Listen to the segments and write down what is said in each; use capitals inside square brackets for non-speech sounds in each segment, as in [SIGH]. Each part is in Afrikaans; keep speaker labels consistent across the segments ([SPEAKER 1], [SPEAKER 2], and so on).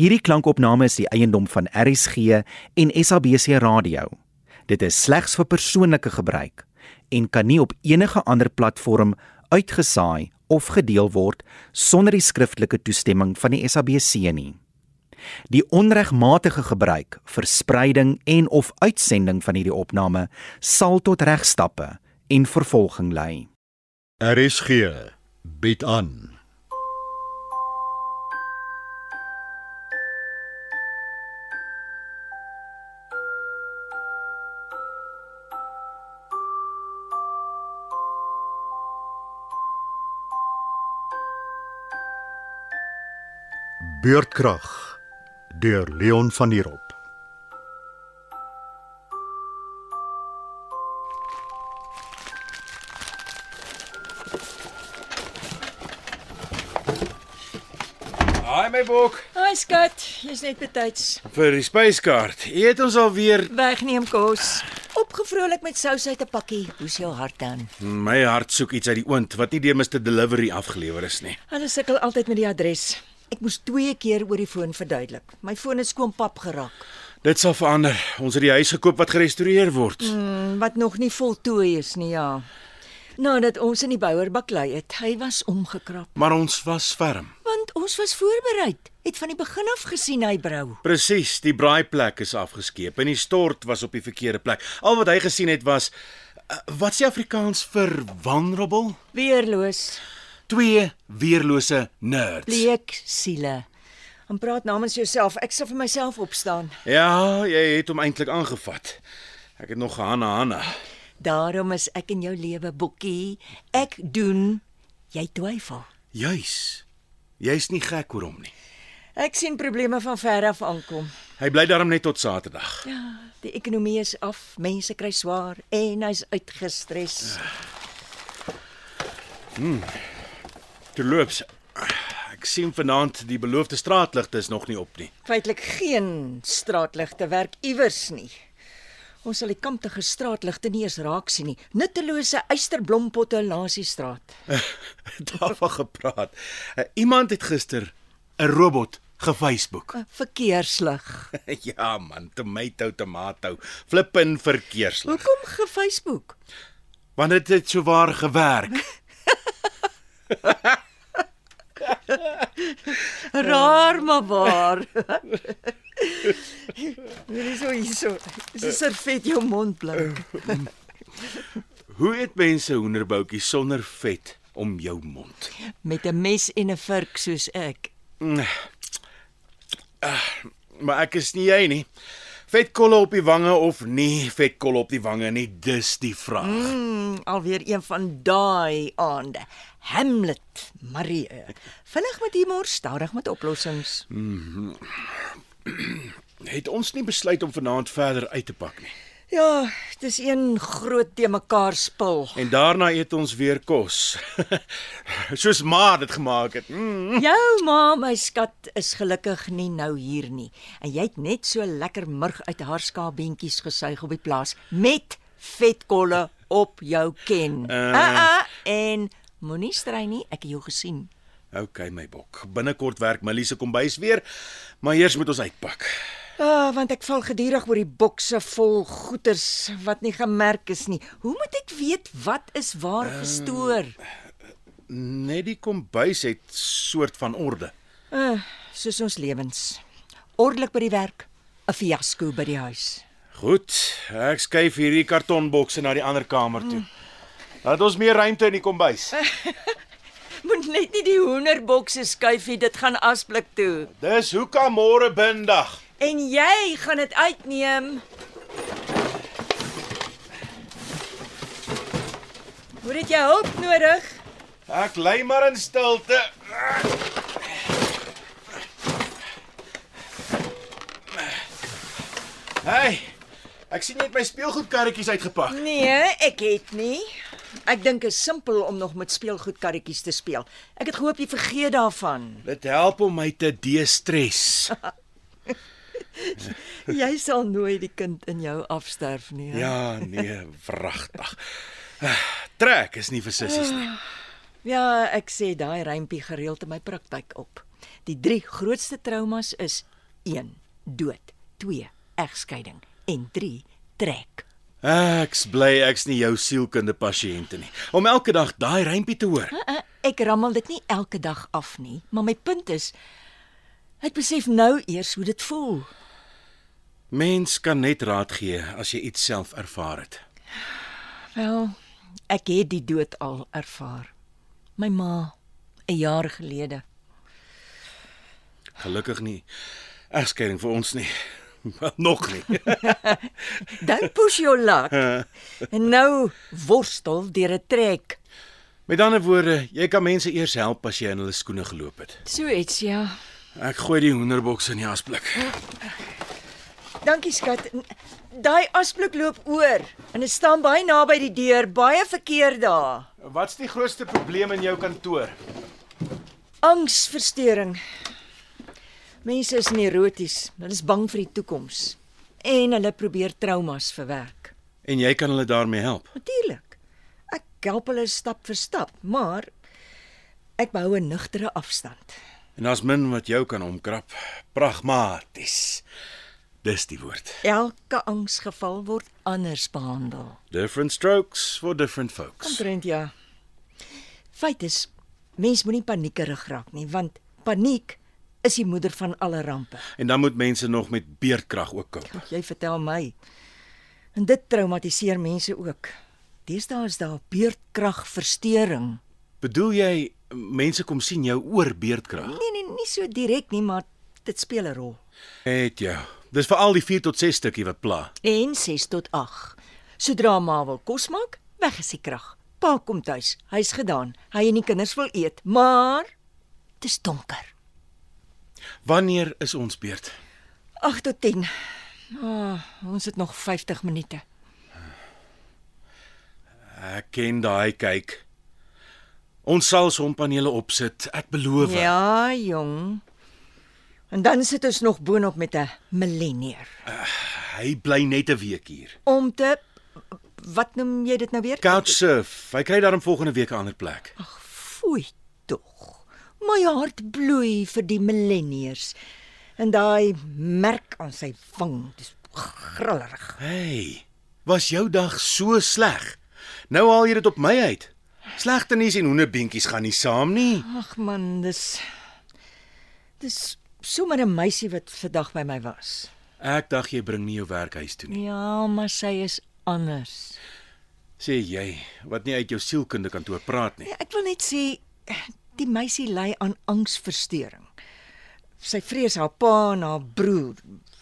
[SPEAKER 1] Hierdie klankopname is die eiendom van RSG en SABC Radio. Dit is slegs vir persoonlike gebruik en kan nie op enige ander platform uitgesaai of gedeel word sonder die skriftelike toestemming van die SABC nie. Die onregmatige gebruik, verspreiding en of uitsending van hierdie opname sal tot regstappe en vervolging lei.
[SPEAKER 2] RSG bied aan. Beurtkrag deur Leon van Heerop.
[SPEAKER 3] Haai my bok
[SPEAKER 4] Hi skat, jy's net betyds.
[SPEAKER 3] vir die spyskaart. Eet ons alweer.
[SPEAKER 4] Wegneem kos. Opgevrolik met sous uit 'n pakkie. Hoe's jou hart dan?
[SPEAKER 3] My hart soek iets uit die oond wat nie deur Mr Delivery afgelewer is nie.
[SPEAKER 4] Hulle sukkel altyd met die adres. Ek moes twee keer oor die foon verduidelik. My foon is skoon pap geraak,
[SPEAKER 3] Dit sal verander. Ons het die huis gekoop wat gerestoreer word.
[SPEAKER 4] mm, wat nog nie voltooi is nie, ja. Nadat ons in die bouer baklei het, hy was omgekrap,
[SPEAKER 3] Maar ons was ferm.
[SPEAKER 4] want ons was voorberei. Het van die begin af gesien hy brou.
[SPEAKER 3] Presies, die braaiplek is afgeskeep en die stort was op die verkeerde plek. Al wat hy gesien het was uh, wat se Afrikaans vir vulnerable?
[SPEAKER 4] Weerloos,
[SPEAKER 3] Twee weerlose nerds.
[SPEAKER 4] bleek siele. En praat namens jouself. Ek sal vir myself opstaan.
[SPEAKER 3] Ja, jy het hom eintlik aangevat. Ek het nog Hanna Hanna.
[SPEAKER 4] Daarom is ek in jou lewe, Bokkie. Ek doen jy twyfel.
[SPEAKER 3] Juis. Jy's nie gek oor hom nie.
[SPEAKER 4] Ek sien probleme van ver af aankom.
[SPEAKER 3] Hy bly daarom net tot Saterdag.
[SPEAKER 4] Ja, die ekonomie is af, mense kry swaar en hy's uitgestres.
[SPEAKER 3] Toe loop sy. Ek sien vanaand die beloofde straatligte is nog nie op nie. [LAUGHS]
[SPEAKER 4] Feitelik geen straatligte werk iewers nie. Ons sal die kamptige straatligte nie eens raak sien nie. Nuttelose eysterblompotte langs die straat.
[SPEAKER 3] Daarvan gepraat. Eh, Iemand het gister 'n robot ge-Facebook.
[SPEAKER 4] 'n [LAUGHS] Verkeerslig.
[SPEAKER 3] [LAUGHS] ja man, tomato tomato. Flippin verkeerslig.
[SPEAKER 4] Hoekom ge-Facebook?
[SPEAKER 3] Want dit het sowaar gewerk.
[SPEAKER 4] Raar maar waar. [LAUGHS] Hier is so hierso. Dis 'n servet jou mond blink.
[SPEAKER 3] Hoe eet mense hoenderboutjies sonder vet om jou mond?
[SPEAKER 4] met 'n mes en 'n vurk soos ek.
[SPEAKER 3] Maar ek is nie jy nie. Vetkolle op die wange of nie vetkolle op die wange nie, dis die vraag.
[SPEAKER 4] Mm, alweer een van daai aande. Hamlet, Marie. Vinnig met humor, stadig met oplossings.
[SPEAKER 3] Het ons nie besluit om vanaand verder uit te pak nie.
[SPEAKER 4] Ja, dis een groot te mekaar spil.
[SPEAKER 3] En daarna eet ons weer kos. [LAUGHS] Soos ma dit gemaak het. Mm.
[SPEAKER 4] Jou ma, my skat, is gelukkig nie nou hier nie. En jy het net so lekker murg uit haar skaapbeentjies gesuig op die plaas met vetkolle op jou ken. Uh, uh, en moenie strei nie, ek het jou gesien.
[SPEAKER 3] OK my bok. Binnekort werk Millie se kombuis weer, maar eers moet ons uitpak.
[SPEAKER 4] Ah, want ek val gedurig oor die bokse vol goeders wat nie gemerk is nie. Hoe moet ek weet wat is waar gestoor?
[SPEAKER 3] Net die kombuis het soort van orde.
[SPEAKER 4] Uh, soos ons lewens. Ordelik by die werk, 'n fiasco by die huis.
[SPEAKER 3] Goed, ek skuif hierdie kartonbokse na die ander kamer toe. Laat ons meer ruimte in die kombuis.
[SPEAKER 4] Moet net nie die hoenderbokse skuifie, dit gaan asblik toe.
[SPEAKER 3] Dis hoe kan môre bindag.
[SPEAKER 4] En jy gaan dit uitneem. Hoor dit jou hulp nodig?
[SPEAKER 3] Ek lê maar in stilte. Hey, ek sien jy het my speelgoedkarretjies uitgepak.
[SPEAKER 4] Nee, ek het nie. Ek dink is simpel om nog met speelgoedkarretjies te speel. Ek het gehoop jy vergeet daarvan.
[SPEAKER 3] Dit help om my te de-stres.
[SPEAKER 4] Jy sal nooit die kind in jou afsterf nie. hè?
[SPEAKER 3] Ja, nee, wragtig. Trek is nie vir sissies nie.
[SPEAKER 4] Ja, ek sê daai rympie gereeld in my praktyk op. Die drie grootste traumas is 1 dood, 2 egskeiding en 3 trek.
[SPEAKER 3] Ek's bly ek's nie jou sielkunde pasiënte nie. Om elke dag daai rympie te hoor.
[SPEAKER 4] Uh, ek rammel dit nie elke dag af nie, maar my punt is ek besef nou eers hoe dit voel.
[SPEAKER 3] Mens kan net raad gee as jy iets self ervaar het.
[SPEAKER 4] Wel, ek het die dood al ervaar. My ma 'n jaar gelede.
[SPEAKER 3] Gelukkig nie egskeiding vir ons nie. [LAUGHS] Wel, Nog [LAUGHS] nie.
[SPEAKER 4] Don't push your luck. En nou worstel deur 'n trek.
[SPEAKER 3] Met ander woorde, jy kan mense eers help as jy in hulle skoene geloop het.
[SPEAKER 4] So iets ja.
[SPEAKER 3] Ek gooi die hoenderboks in die asblik.
[SPEAKER 4] Dankie skat. N- Daai asblik loop oor en dit staan baie naby die deur, baie verkeer daar.
[SPEAKER 3] Wat's die grootste probleem in jou kantoor?
[SPEAKER 4] Angsversteuring. Mense is neuroties. Hulle is bang vir die toekoms en hulle probeer traumas verwerk.
[SPEAKER 3] En jy kan hulle daarmee help.
[SPEAKER 4] Natuurlik. Ek help hulle stap vir stap, maar ek behou 'n nugtere afstand.
[SPEAKER 3] En daar's min wat jou kan omkrap. Pragmaties. Dis die woord.
[SPEAKER 4] Elke angsgeval word anders behandel.
[SPEAKER 3] Different strokes for different folks.
[SPEAKER 4] Omtrent ja. Feit is, mens moenie paniekerig raak nie, want paniek is die moeder van alle rampe.
[SPEAKER 3] En dan moet mense nog met beerdkrag ook koop.
[SPEAKER 4] Ag, Jy vertel my. En dit traumatiseer mense ook. Deesdae is daar beurtkragversteuring.
[SPEAKER 3] Bedoel jy mense kom sien jou oor beerdkrag?
[SPEAKER 4] Nee nee, nie so direk nie, maar dit speel 'n rol.
[SPEAKER 3] Het jou. Dis veral die 4 tot 6 stukkie wat pla.
[SPEAKER 4] En 6 tot 8. Sodra ma wil kos maak, weg is die krag. Pa kom tuis, hy's gedaan. Hy en die kinders wil eet, maar dit is donker.
[SPEAKER 3] Wanneer is ons beurt?
[SPEAKER 4] 8 tot 10. Ah, oh, ons het nog 50 minute.
[SPEAKER 3] Ek ken daai kyk. Ons sal sonpanele opsit, ek beloof.
[SPEAKER 4] Ja, jong. En dan sit ons nog boonop met 'n millennier.
[SPEAKER 3] Hy bly net 'n week hier.
[SPEAKER 4] om te wat noem jy dit nou weer?
[SPEAKER 3] Couchsurf. Hy kry daarom volgende week 'n ander plek.
[SPEAKER 4] Ag, foei tog. My hart bloei vir die millennials. En daai merk aan sy wang, dis grillerig.
[SPEAKER 3] Hey, was jou dag so sleg? Nou haal jy dit op my uit. Slegte nuus en hoenderbeentjies gaan nie saam nie.
[SPEAKER 4] Ag man, dis dis sommer 'n meisie wat vandag by my was.
[SPEAKER 3] Ek dink jy bring nie jou werk huis toe nie.
[SPEAKER 4] Ja, maar sy is anders.
[SPEAKER 3] Sê jy wat nie uit jou sielkunde kantoor praat nie.
[SPEAKER 4] Ja, ek wil net sê die meisie ly aan angsversteuring. Sy vrees haar pa en haar broer,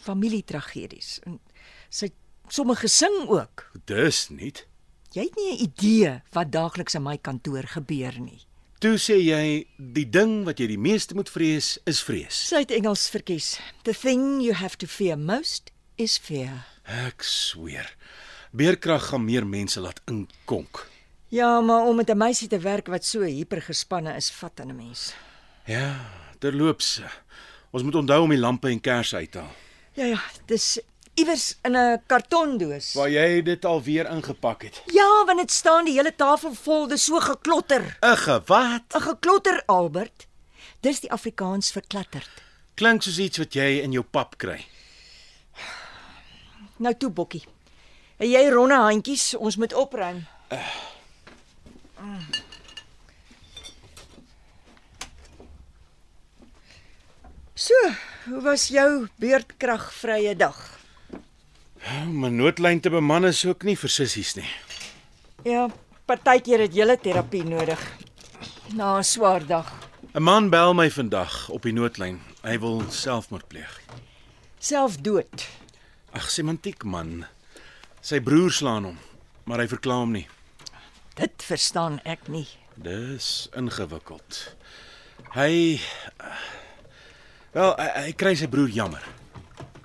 [SPEAKER 4] familietragedies. En sy het sommige sing ook.
[SPEAKER 3] Dis nie.
[SPEAKER 4] Jy het nie 'n idee wat daagliks in my kantoor gebeur nie.
[SPEAKER 3] Toe sê jy die ding wat jy die meeste moet vrees is vrees.
[SPEAKER 4] Sy het Engels verkies. The thing you have to fear most is fear.
[SPEAKER 3] Ek sweer. Beerkrag gaan meer mense laat inkonk.
[SPEAKER 4] Ja, maar om met 'n meisie te werk wat so hipergespanne is, vat aan 'n mens.
[SPEAKER 3] Ja, terloops. Ons moet onthou om die lampe en kersse uit te haal.
[SPEAKER 4] Ja ja, dis iewers in 'n kartondoos.
[SPEAKER 3] Waar jy dit alweer ingepak het.
[SPEAKER 4] Ja, want dit staan die hele tafel vol, dis so geklotter.
[SPEAKER 3] Ag, wat?
[SPEAKER 4] 'n Geklotter Albert. Dis die Afrikaans vir klatterd.
[SPEAKER 3] Klink soos iets wat jy in jou pap kry.
[SPEAKER 4] Nou toe Bokkie. En jy ronde handjies, ons moet opruim. So, hoe was jou beurtkragvrye dag?
[SPEAKER 3] Om 'n Nou, noodlyn te beman is ook nie vir sissies nie.
[SPEAKER 4] Ja, partykeer het jy terapie nodig. Na 'n swaar dag.
[SPEAKER 3] 'n Man bel my vandag op die noodlyn. Hy wil selfmoord pleeg.
[SPEAKER 4] Selfdood.
[SPEAKER 3] Ag, semantiek man. Sy broer slaan hom, maar hy verklaar hom nie.
[SPEAKER 4] Dit verstaan ek nie.
[SPEAKER 3] Dis ingewikkeld. Hy Wel, hy, hy kry sy broer jammer.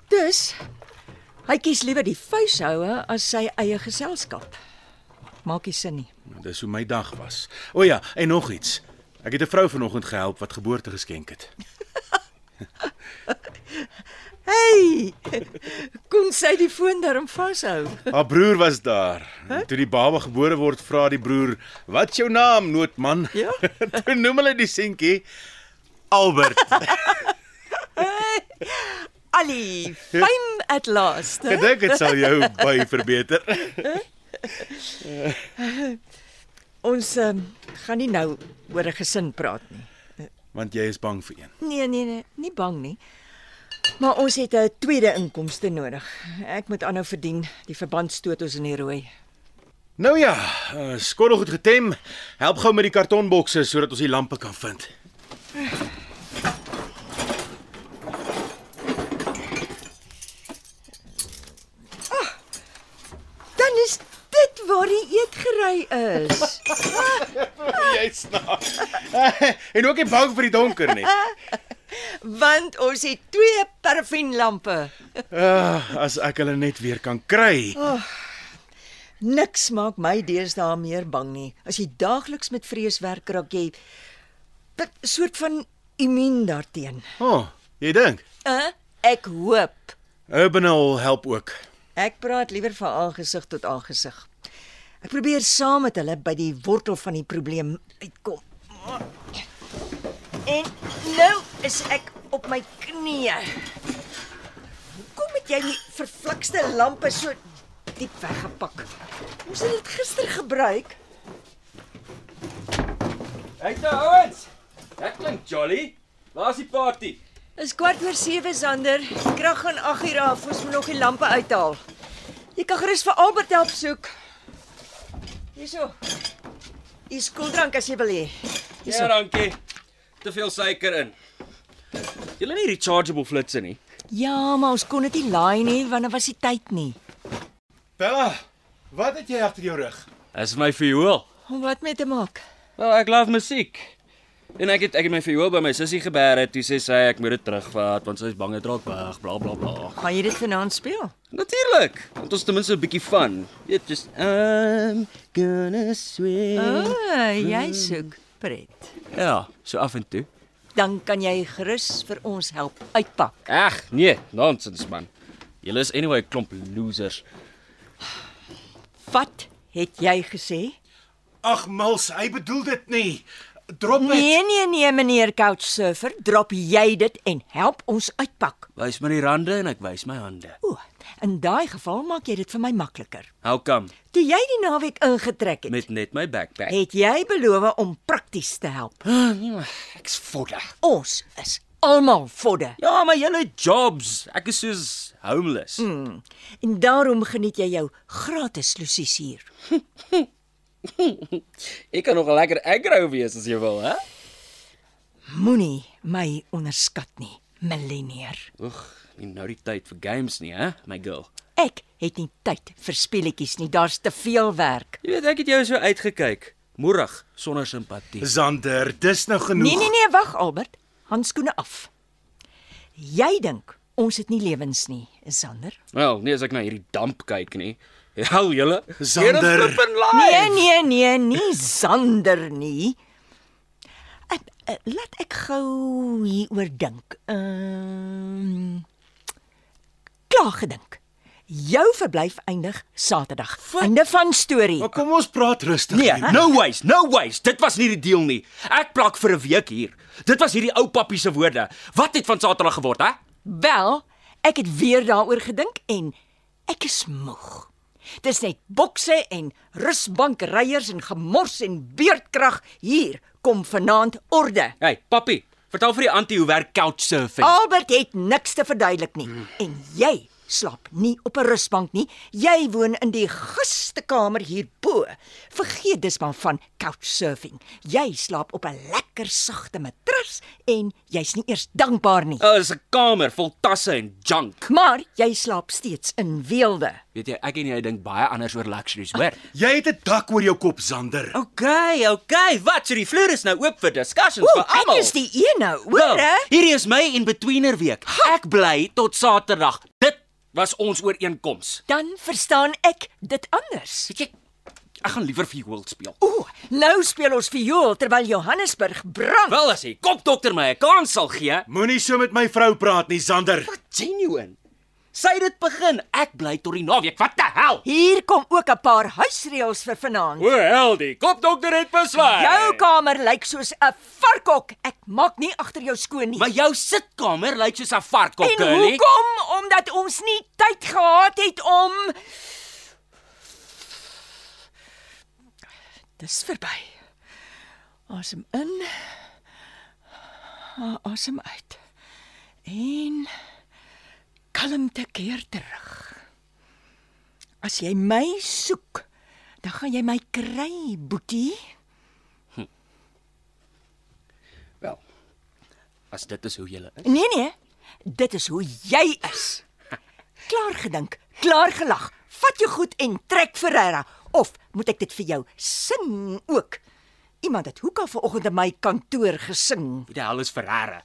[SPEAKER 4] Dus hy kies liewer die vuishoue as sy eie geselskap. Maak nie sin nie.
[SPEAKER 3] Dis hoe my dag was. O ja, en nog iets. Ek het 'n vrou vanoggend gehelp wat geboorte geskenk het.
[SPEAKER 4] [LAUGHS] Hey! Kon sy die foon daarom vashou?
[SPEAKER 3] Haar broer was daar. En Toe die baba gebore word, [LAUGHS] vra die broer: "Wat is jou naam, noodman?"
[SPEAKER 4] Ja.
[SPEAKER 3] Toe noem hulle die seentjie Albert.
[SPEAKER 4] Ali, fame at last. hè?
[SPEAKER 3] Gedink dit sal jou by verbeter.
[SPEAKER 4] Ons um, gaan nie nou oor 'n gesin praat nie.
[SPEAKER 3] Want jy is bang vir een.
[SPEAKER 4] Nee, nee, nee, nie bang nie. Maar ons het 'n tweede inkomste nodig. Ek moet aanhou verdien. Die verband stoot ons in die rooi.
[SPEAKER 3] Nou ja, uh, skottel goed getem. Help gou met die kartonbokse sodat ons die lampe kan vind.
[SPEAKER 4] Dan is dit waar die eetgery is.
[SPEAKER 3] Jy snaaks. [LAUGHS] en ook nie bang vir die donker nie.
[SPEAKER 4] Want ons het twee parafinlampe.
[SPEAKER 3] Uh, as ek hulle net weer kan kry.
[SPEAKER 4] Niks maak my deesdae meer bang nie. As jy daagliks met vrees werk, raak jy 'n soort van immuun daarteen.
[SPEAKER 3] O, oh, jy dink.
[SPEAKER 4] Uh, ek hoop.
[SPEAKER 3] Urbanol help ook.
[SPEAKER 4] Ek praat liewer van aangesig tot aangesig. Ek probeer saam met hulle by die wortel van die probleem uitkom. En nou is ek op my knieë. Kom met jy die verflikste lampe so diep weggepak. Ons het dit gister gebruik.
[SPEAKER 5] Hey toe ouens. Dit klink jolly. Waar's die party?
[SPEAKER 4] Is kwart oor 7 Sander. Die Krag gaan 8 uur af. Ons moet nog die lampe uithaal. Jy kan gerus vir Albert help soek. Hierso. Hier is koeldrank as jy wil hê.
[SPEAKER 5] Ja, dankie. Te veel suiker in. Julle nie rechargeable flitsse nie.
[SPEAKER 4] Ja, maar ons kon dit nie laai nie want dit was die tyd nie.
[SPEAKER 3] Bella, wat het jy agter jou rug?
[SPEAKER 5] Dis my viool.
[SPEAKER 4] Om wat mee te maak.
[SPEAKER 5] Wel, ek love musiek. En ek het ek het my viool by my sussie gebeere, toe sê sy ek moet dit terugvat want sy is bang dit raak weg, bla bla bla.
[SPEAKER 4] Gaan jy dit vanaand speel?
[SPEAKER 5] Natuurlik. Want ons ten minste 'n bietjie van. Jy just I'm gonna swim.
[SPEAKER 4] O,
[SPEAKER 5] Oh.
[SPEAKER 4] oh, jy soek pret.
[SPEAKER 5] Ja, so af en toe.
[SPEAKER 4] Dan kan jy gerus vir ons help uitpak.
[SPEAKER 5] Ag, nee, nonsens man. Julle is anyway 'n klomp losers.
[SPEAKER 4] Wat het jy gesê?
[SPEAKER 3] Ag, Mils, hy bedoel dit nie. Drop dit.
[SPEAKER 4] Nee, nee, nee, meneer Couchsurfer, drop jy dit en help ons uitpak.
[SPEAKER 5] Wys my die rande en ek wys my hande.
[SPEAKER 4] O, in daai geval maak jy dit vir my makliker.
[SPEAKER 5] How come?
[SPEAKER 4] Toe jy die naweek ingetrek het,
[SPEAKER 5] Met net my backpack. [GASPS]
[SPEAKER 4] het jy beloof om prakties te help.
[SPEAKER 5] Ek's vodda.
[SPEAKER 4] Ons is almal vodde.
[SPEAKER 5] Ja, maar julle jobs. Ek is soos homeless. Mm.
[SPEAKER 4] En daarom geniet jy jou gratis lusies hier.
[SPEAKER 5] Ek kan nog lekker aggro wees as jy wil, hè?
[SPEAKER 4] Moenie my onderskat nie, millenniër.
[SPEAKER 5] Oeg, nie nou die tyd vir games nie, hè, my girl.
[SPEAKER 4] Ek het nie tyd vir speletjies nie, daar's te veel werk.
[SPEAKER 5] Jy weet ek het jou so uitgekyk, moerig, sonder simpatie.
[SPEAKER 3] Zander, dis nou genoeg.
[SPEAKER 4] Nee nee nee, wag Albert, handskoene af. Jy dink ons het nie lewens nie, Sander?
[SPEAKER 5] Wel, nee, as ek na hierdie damp kyk nie. Hel julle.
[SPEAKER 3] Sander.
[SPEAKER 5] Nee,
[SPEAKER 4] Nee nee nee, nie Sander nie. Ek, eh, laat ek gou hieroor dink. Ehm Klaar gedink. Jou verblyf eindig Saterdag. Einde van storie.
[SPEAKER 3] Maar kom ons praat rustig.
[SPEAKER 5] Nee,
[SPEAKER 3] hier.
[SPEAKER 5] no ways, no ways. Dit was nie die deal nie. Ek plak vir 'n week hier. Dit was hierdie ou pappie se woorde. Wat het van Saterdag geword, hè?
[SPEAKER 4] Wel, ek het weer daaroor gedink en ek is moeg. Dis net bokse en rusbankryers en gemors en beerdkrag hier kom vanaand orde.
[SPEAKER 5] Hey, pappie, vertel vir die antie hoe werk couchsurfing.
[SPEAKER 4] Albert het niks te verduidelik nie en jy slaap nie op 'n rusbank nie. Jy woon in die gastekamer hierbo. Vergeet dis maar van couchsurfing. Jy slaap op 'n lekker sagte matras en jy's nie eers dankbaar nie.
[SPEAKER 5] Oh, is 'n kamer vol tasse en junk.
[SPEAKER 4] Maar jy slaap steeds in weelde.
[SPEAKER 5] Weet jy, ek en jy dink baie anders oor luxuries, hoor?
[SPEAKER 3] Jy het 'n dak oor jou kop, Zander.
[SPEAKER 5] [LAUGHS]
[SPEAKER 4] Oh.
[SPEAKER 5] Okay, okay. Wat? So die vloer is nou oop vir discussions
[SPEAKER 4] Ooh, ek is die een nou, hoor hè?
[SPEAKER 5] hierdie is my en betweener week. Ek bly tot Saterdag. Dit was ons ooreenkoms.
[SPEAKER 4] Dan verstaan ek dit anders.
[SPEAKER 5] Weet jy, ek gaan liewer vir World speel.
[SPEAKER 4] Ooh, nou speel ons viool terwyl Johannesburg brand.
[SPEAKER 5] Wel as hy kopdokter my 'n kans sal gee.
[SPEAKER 3] Moenie so met my vrou praat nie, Zander.
[SPEAKER 5] Genuine. Sy het dit begin. Ek bly tot die naweek. Wat die hel?
[SPEAKER 4] Hier kom ook 'n paar huisreëls vir vanaand.
[SPEAKER 5] O, hel die kopdokter het beswaar.
[SPEAKER 4] Jou kamer lyk soos 'n varkhok. Ek maak nie agter jou skoon nie.
[SPEAKER 5] Maar jou sitkamer lyk soos 'n varkhok,
[SPEAKER 4] en hoekom? Omdat ons nie tyd gehad het om Dis verby. Asem in. a- Asem uit. En kalmte keer terug. As jy my soek, dan gaan jy my kry, boetie.
[SPEAKER 5] Wel. As dit is hoe jy is.
[SPEAKER 4] Nee nee, dit is hoe jy is. Klaar gedink, klaar gelag. Vat jou goed en trek Ferreira of moet ek dit vir jou sing ook? Iemand het hoeka vanoggend in my kantoor gesing.
[SPEAKER 5] Hoe die hel is Ferreira?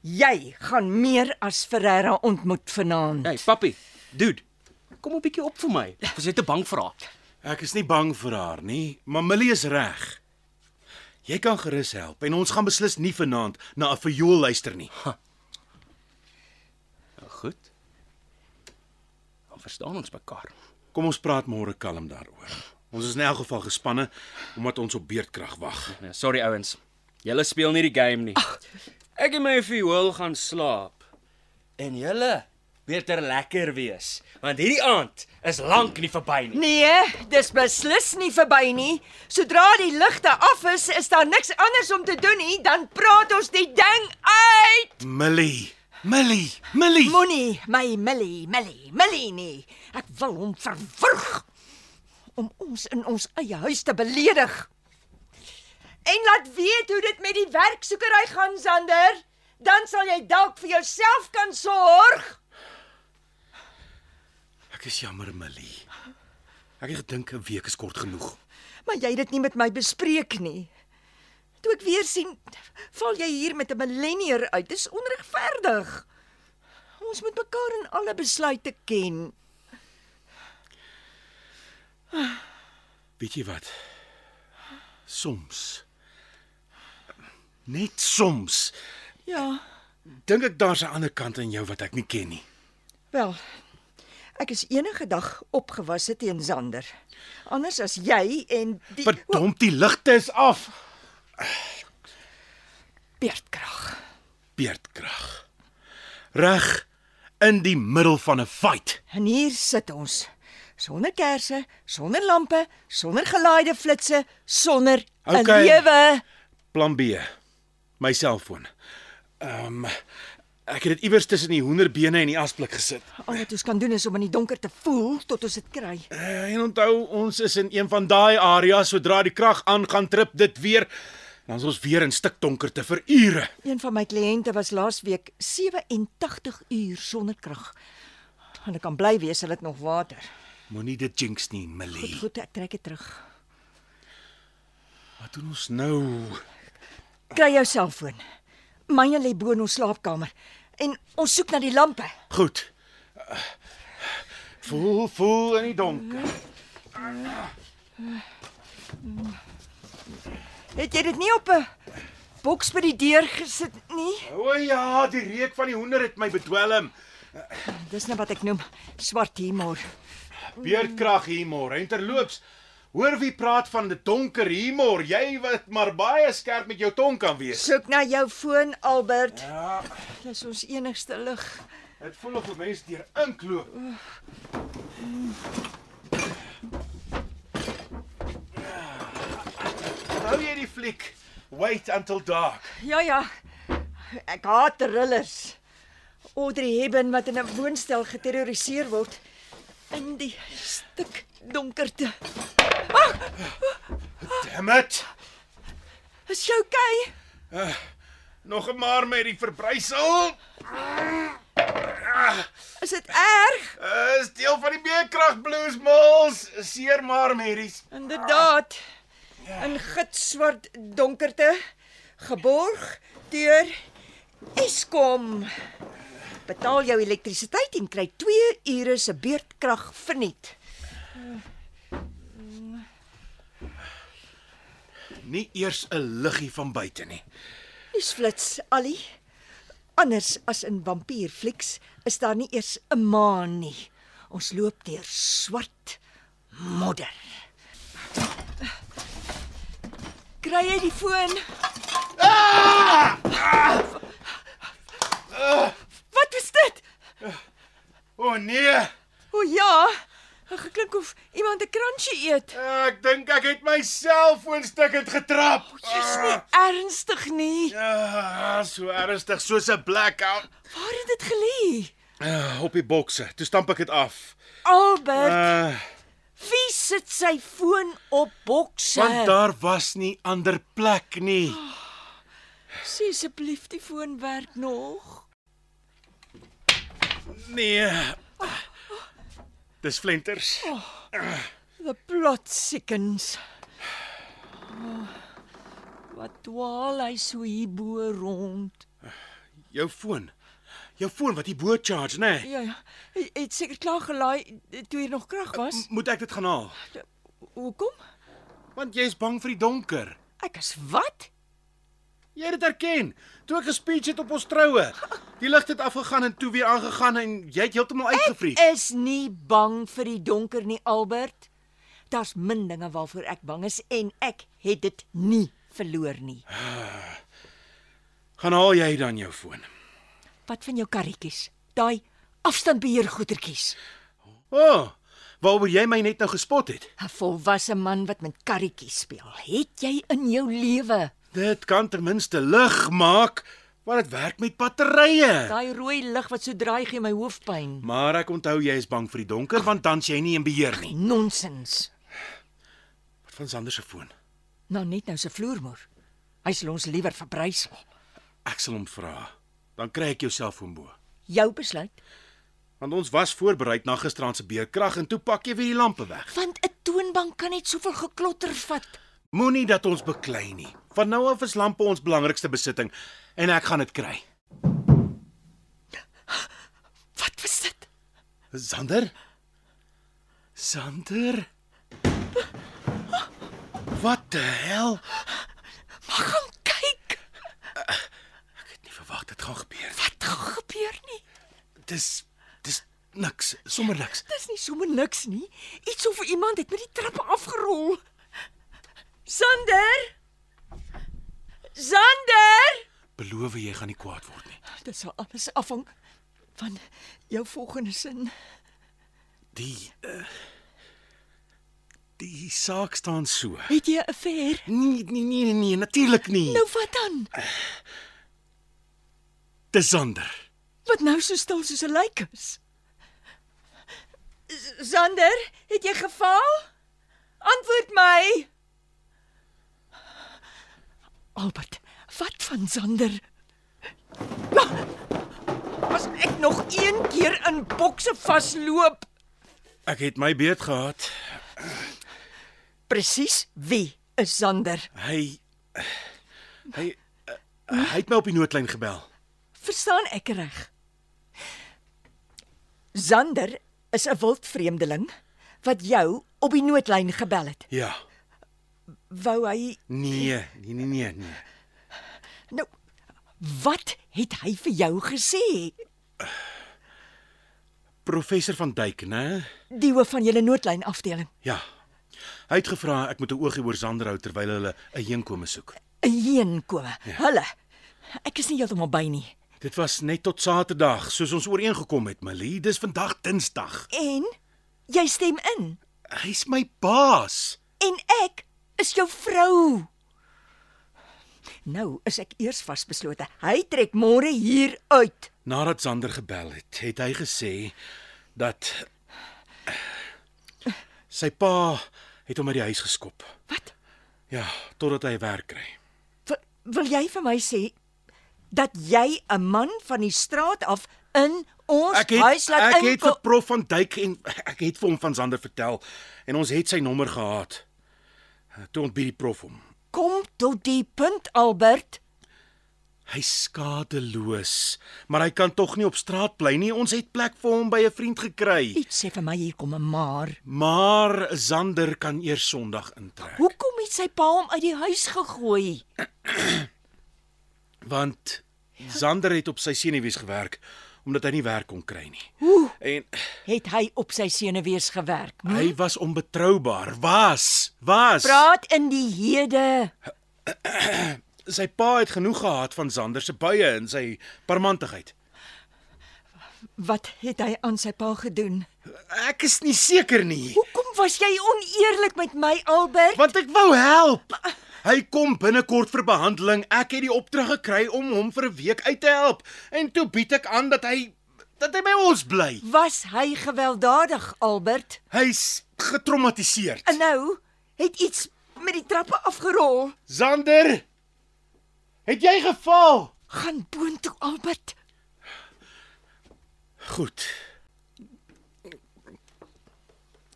[SPEAKER 4] Jy gaan meer as Ferreira ontmoet vanaand.
[SPEAKER 5] Hey, papi. Dude. Kom 'n bietjie op vir my. Ons het te bang vir haar.
[SPEAKER 3] Ek is nie bang vir haar nie, maar Millie is reg. Jy kan gerus help en ons gaan beslis nie vanaand na 'n verjoel luister nie.
[SPEAKER 5] Nou goed. Dan verstaan ons mekaar.
[SPEAKER 3] Kom ons praat môre kalm daaroor. Ons is in elk geval gespanne omdat ons op beurtkrag wag.
[SPEAKER 5] Nee, sorry ouens. Julle speel nie die game nie. Ek en my viool gaan slaap. En julle beter lekker wees, want hierdie aand is lank nie verby nie.
[SPEAKER 4] Nee, dis beslis nie verby nie. Sodra die ligte af is, is daar niks anders om te doen nie, dan praat ons die ding uit.
[SPEAKER 3] Millie, Millie, Millie.
[SPEAKER 4] Moenie my Millie, Millie, Millie nie. Ek wil hom verwrig om ons in ons eie huis te beledig. En laat weet hoe dit met die werksoekery gaan Sander, dan sal jy dalk vir jouself kan sorg.
[SPEAKER 3] Ek is jammer, Millie. Ek het gedink 'n week is kort genoeg.
[SPEAKER 4] Maar jy het dit nie met my bespreek nie. Toe ek weer sien, val jy hier met 'n millennier uit. Dis onregverdig. Ons moet mekaar in alle besluite ken.
[SPEAKER 3] Weet jy wat? Soms net soms
[SPEAKER 4] Ja.
[SPEAKER 3] dink ek daar's 'n ander kant aan jou wat ek nie ken nie.
[SPEAKER 4] Wel. Ek is enige dag opgewasse teen Zander. Anders as jy en die
[SPEAKER 3] Verdomp, die ligte is af.
[SPEAKER 4] beerdkrag.
[SPEAKER 3] Beerdkrag. Reg in die middel van 'n fight.
[SPEAKER 4] En hier sit ons sonder kersse, sonder lampe, sonder gelaaide flitsse, sonder 'n
[SPEAKER 3] Okay.
[SPEAKER 4] lewe.
[SPEAKER 3] Plan B. My selfoon. Ehm um, ek het dit iewers tussen die hoenderbene en die asblik gesit.
[SPEAKER 4] Al wat ons kan doen is om in die donker te voel tot ons dit kry.
[SPEAKER 3] Eh, En onthou, ons is in een van daai areas sodra die krag aangaan trip dit weer. Dan is ons weer in stikdonkerte vir ure.
[SPEAKER 4] Een van my kliënte was laas week 87 uur sonder krag. En ek kan bly wees hulle het nog water.
[SPEAKER 3] Moenie dit jinx nie,
[SPEAKER 4] Goed,
[SPEAKER 3] Millie.
[SPEAKER 4] goed, ek trek dit terug.
[SPEAKER 3] Wat doen ons nou?
[SPEAKER 4] Kry jou selfoon. Myne lê bo in ons slaapkamer en ons soek na die lampe.
[SPEAKER 3] Goed. Eh, Voel, voel in die donker.
[SPEAKER 4] Het jy dit nie op 'n boks by die deur gesit nie?
[SPEAKER 3] O ja, die reuk van die hoender het my bedwelm.
[SPEAKER 4] Dis nou wat ek noem swart humor.
[SPEAKER 3] Beerdkrag humor. En terloops, hoor wie praat van die donker humor. Jy wat maar baie skerp met jou tong kan wees.
[SPEAKER 4] Soek na jou foon, Albert.
[SPEAKER 3] Ja,
[SPEAKER 4] Dis ons enigste lig.
[SPEAKER 3] dit voel of 'n mens deur inkloop. Hou jy die fliek Wait until dark.
[SPEAKER 4] Ja ja. Ek haat thrillers. Audrey Hepburn wat in 'n woonstel geterroriseer word in die stuk donkerte.
[SPEAKER 3] Damn it.
[SPEAKER 4] Is jy okay?
[SPEAKER 3] Nog 'n maar met die verbrysel.
[SPEAKER 4] Is dit erg?
[SPEAKER 3] Uh, is deel van die beerkrag blues mills. Seer maar merries.
[SPEAKER 4] Inderdaad. In gitswart donkerte geborg deur Eskom. Betaal jou elektrisiteit en kry 2 ure se beurtkrag verniet.
[SPEAKER 3] Nie eers 'n liggie van buite nie.
[SPEAKER 4] Nuusflits, Ali. Anders as in vampierflieks is daar nie eers 'n maan nie. Ons loop deur swart modder. Kry jy die foon? Wat is dit?
[SPEAKER 3] O oh, nee,
[SPEAKER 4] O ja, het geklink of iemand 'n kransie eet.
[SPEAKER 3] ek dink ek het my selfoonstukkend getrap.
[SPEAKER 4] Dis nie ernstig nie.
[SPEAKER 3] Ah, so ernstig soos 'n blackout.
[SPEAKER 4] Waar het dit gelê?
[SPEAKER 3] Uh, op die bokse. Toe stamp ek dit af.
[SPEAKER 4] Albert,
[SPEAKER 3] Uh,
[SPEAKER 4] wie sit sy foon op bokse?
[SPEAKER 3] want daar was nie ander plek nie.
[SPEAKER 4] Sê asseblief die foon werk nog.
[SPEAKER 3] Nee. Dis flenters.
[SPEAKER 4] The plot sickens. Oh, Wat dwaal hy so hier bo rond?
[SPEAKER 3] Jou foon. Jou foon wat hier bo charge, né? Nee.
[SPEAKER 4] Ja ja, hy het seker klaar gelaai eh, toe hier nog krag was.
[SPEAKER 3] Moet ek dit gaan haal?
[SPEAKER 4] Hoekom?
[SPEAKER 3] Want jy's bang vir die donker.
[SPEAKER 4] Ek is wat?
[SPEAKER 3] Jy het dit herken. Toe ek gespeech het op ons troue. Die lig het afgegaan en toe weer aangegaan en jy het heeltemal uitgevries.
[SPEAKER 4] Is nie bang vir die donker nie, Albert. Daar's min dinge waarvoor ek bang is en ek het dit nie verloor nie.
[SPEAKER 3] Gaan haal jy dan jou foon.
[SPEAKER 4] Wat van jou karretjies? Daai afstandbeheer goetertjies.
[SPEAKER 3] O, oh, waaroor jy my net nou gespot het.
[SPEAKER 4] 'n Volwasse man wat met karretjies speel, het jy in jou lewe
[SPEAKER 3] Dit kan ten minste lig maak, want dit werk met batterye.
[SPEAKER 4] daai rooi lig wat so draai gee my hoofpyn.
[SPEAKER 3] Maar ek onthou jy is bang vir die donker want dan s'jy nie in beheer nie.
[SPEAKER 4] Nonsens.
[SPEAKER 3] Wat van Sander se foon?
[SPEAKER 4] Nou net nou se vloermoer. Hy sal ons liewer verbrysel.
[SPEAKER 3] Ek sal hom vra. Dan kry ek jou selfoon bo.
[SPEAKER 4] Jou besluit.
[SPEAKER 3] Want ons was voorberei na gisteraan se beerkrag en toe pak jy weer die lampe weg.
[SPEAKER 4] Want 'n toonbank kan net soveel geklotter vat.
[SPEAKER 3] Moenie dat ons beklei nie. Van nou af is lampe ons belangrikste besitting en ek gaan dit kry.
[SPEAKER 4] Wat was dit?
[SPEAKER 3] Sander? Sander? Wat die hel?
[SPEAKER 4] Mag gaan kyk.
[SPEAKER 3] Ek het nie verwag dit gaan gebeur.
[SPEAKER 4] Wat gaan gebeur nie?
[SPEAKER 3] Dis dis niks, sommer niks.
[SPEAKER 4] Dis nie sommer niks nie. Iets of iemand het met die trappe afgerol. Sander! Sander!
[SPEAKER 3] Beloof jy gaan nie kwaad word nie.
[SPEAKER 4] Dit sal alles afhang van jou volgende sin.
[SPEAKER 3] Die uh, die saak staan so.
[SPEAKER 4] Het jy 'n affair?
[SPEAKER 3] Nee, nee, nee, nee, natuurlik nie.
[SPEAKER 4] Nou wat dan?
[SPEAKER 3] Dis Sander.
[SPEAKER 4] Wat nou so stil soos 'n lijk is? S- Sander, het jy gefaal? Antwoord my. Albert, wat van Sander? Ah, As ek nog een keer in bokse vasloop,
[SPEAKER 3] Ek het my beurt gehad.
[SPEAKER 4] presies wie is Sander?
[SPEAKER 3] Hy hy uh, hy het my op die noodlyn gebel.
[SPEAKER 4] Verstaan ek reg? Sander is 'n wildvreemdeling wat jou op die noodlyn gebel het.
[SPEAKER 3] Ja.
[SPEAKER 4] Wou hy
[SPEAKER 3] Nee, nee nee nee nee.
[SPEAKER 4] Nou, wat het hy vir jou gesê?
[SPEAKER 3] Professor van Duyk, né?
[SPEAKER 4] Die hoof van julle noodlyn afdeling.
[SPEAKER 3] Ja. Hy het gevra ek moet 'n oogie oor Sander hou terwyl hulle 'n heenkome soek.
[SPEAKER 4] Heen kom. Ja. Hulle. Ek is nie heeltemal by nie.
[SPEAKER 3] Dit was net tot Saterdag, soos ons ooreengekom het, Malie. Dis vandag Dinsdag.
[SPEAKER 4] En jy stem in
[SPEAKER 3] Hy's my baas.
[SPEAKER 4] en ek is jou vrou. Nou is ek eers vasbeslote. Hy trek môre hier uit.
[SPEAKER 3] Nadat Sander gebel het, het hy gesê dat eh, sy pa het hom uit die huis geskop.
[SPEAKER 4] Wat?
[SPEAKER 3] Ja, totdat hy werk kry.
[SPEAKER 4] Wil, wil jy vir my sê dat jy 'n man van die straat af in ons
[SPEAKER 3] Ek het
[SPEAKER 4] huis
[SPEAKER 3] ek
[SPEAKER 4] laat
[SPEAKER 3] het
[SPEAKER 4] inko-
[SPEAKER 3] vir Prof van Duyk en [LAUGHS] ek het vir hom van Sander vertel en ons het sy nommer gehad. Toe ontbied die prof hom.
[SPEAKER 4] kom tot die punt Albert.
[SPEAKER 3] Hy skadeloos, maar hy kan tog nie op straat bly nie. Ons het plek vir hom by 'n vriend gekry.
[SPEAKER 4] Iets sê vir my hier kom 'n maar.
[SPEAKER 3] Maar Sander kan eers Sondag intrek,
[SPEAKER 4] Hoekom het sy pa hom uit die huis gegooi?
[SPEAKER 3] want Zander het op sy senuwees gewerk omdat hy nie werk kon kry nie.
[SPEAKER 4] Hoe
[SPEAKER 3] En
[SPEAKER 4] het hy op sy senuwees gewerk? Hm?
[SPEAKER 3] hy was onbetroubaar. Was, was.
[SPEAKER 4] Praat in die hede.
[SPEAKER 3] Sy pa het genoeg gehad van Zander se buie en sy parmantigheid.
[SPEAKER 4] Wat het hy aan sy pa gedoen?
[SPEAKER 3] Ek is nie seker nie,
[SPEAKER 4] Hoekom was jy oneerlik met my, Albert?
[SPEAKER 3] want ek wou help. Hy kom binnekort vir behandeling. Ek het die opdrag gekry om hom vir 'n week uit te help en toe bied ek aan dat hy dat hy by ons bly.
[SPEAKER 4] Was hy gewelddadig, Albert?
[SPEAKER 3] Hy's getraumatiseer.
[SPEAKER 4] En nou het iets met die trappe afgerol.
[SPEAKER 3] Zander, het jy geval?
[SPEAKER 4] Gaan boontoe, Albert.
[SPEAKER 3] Goed.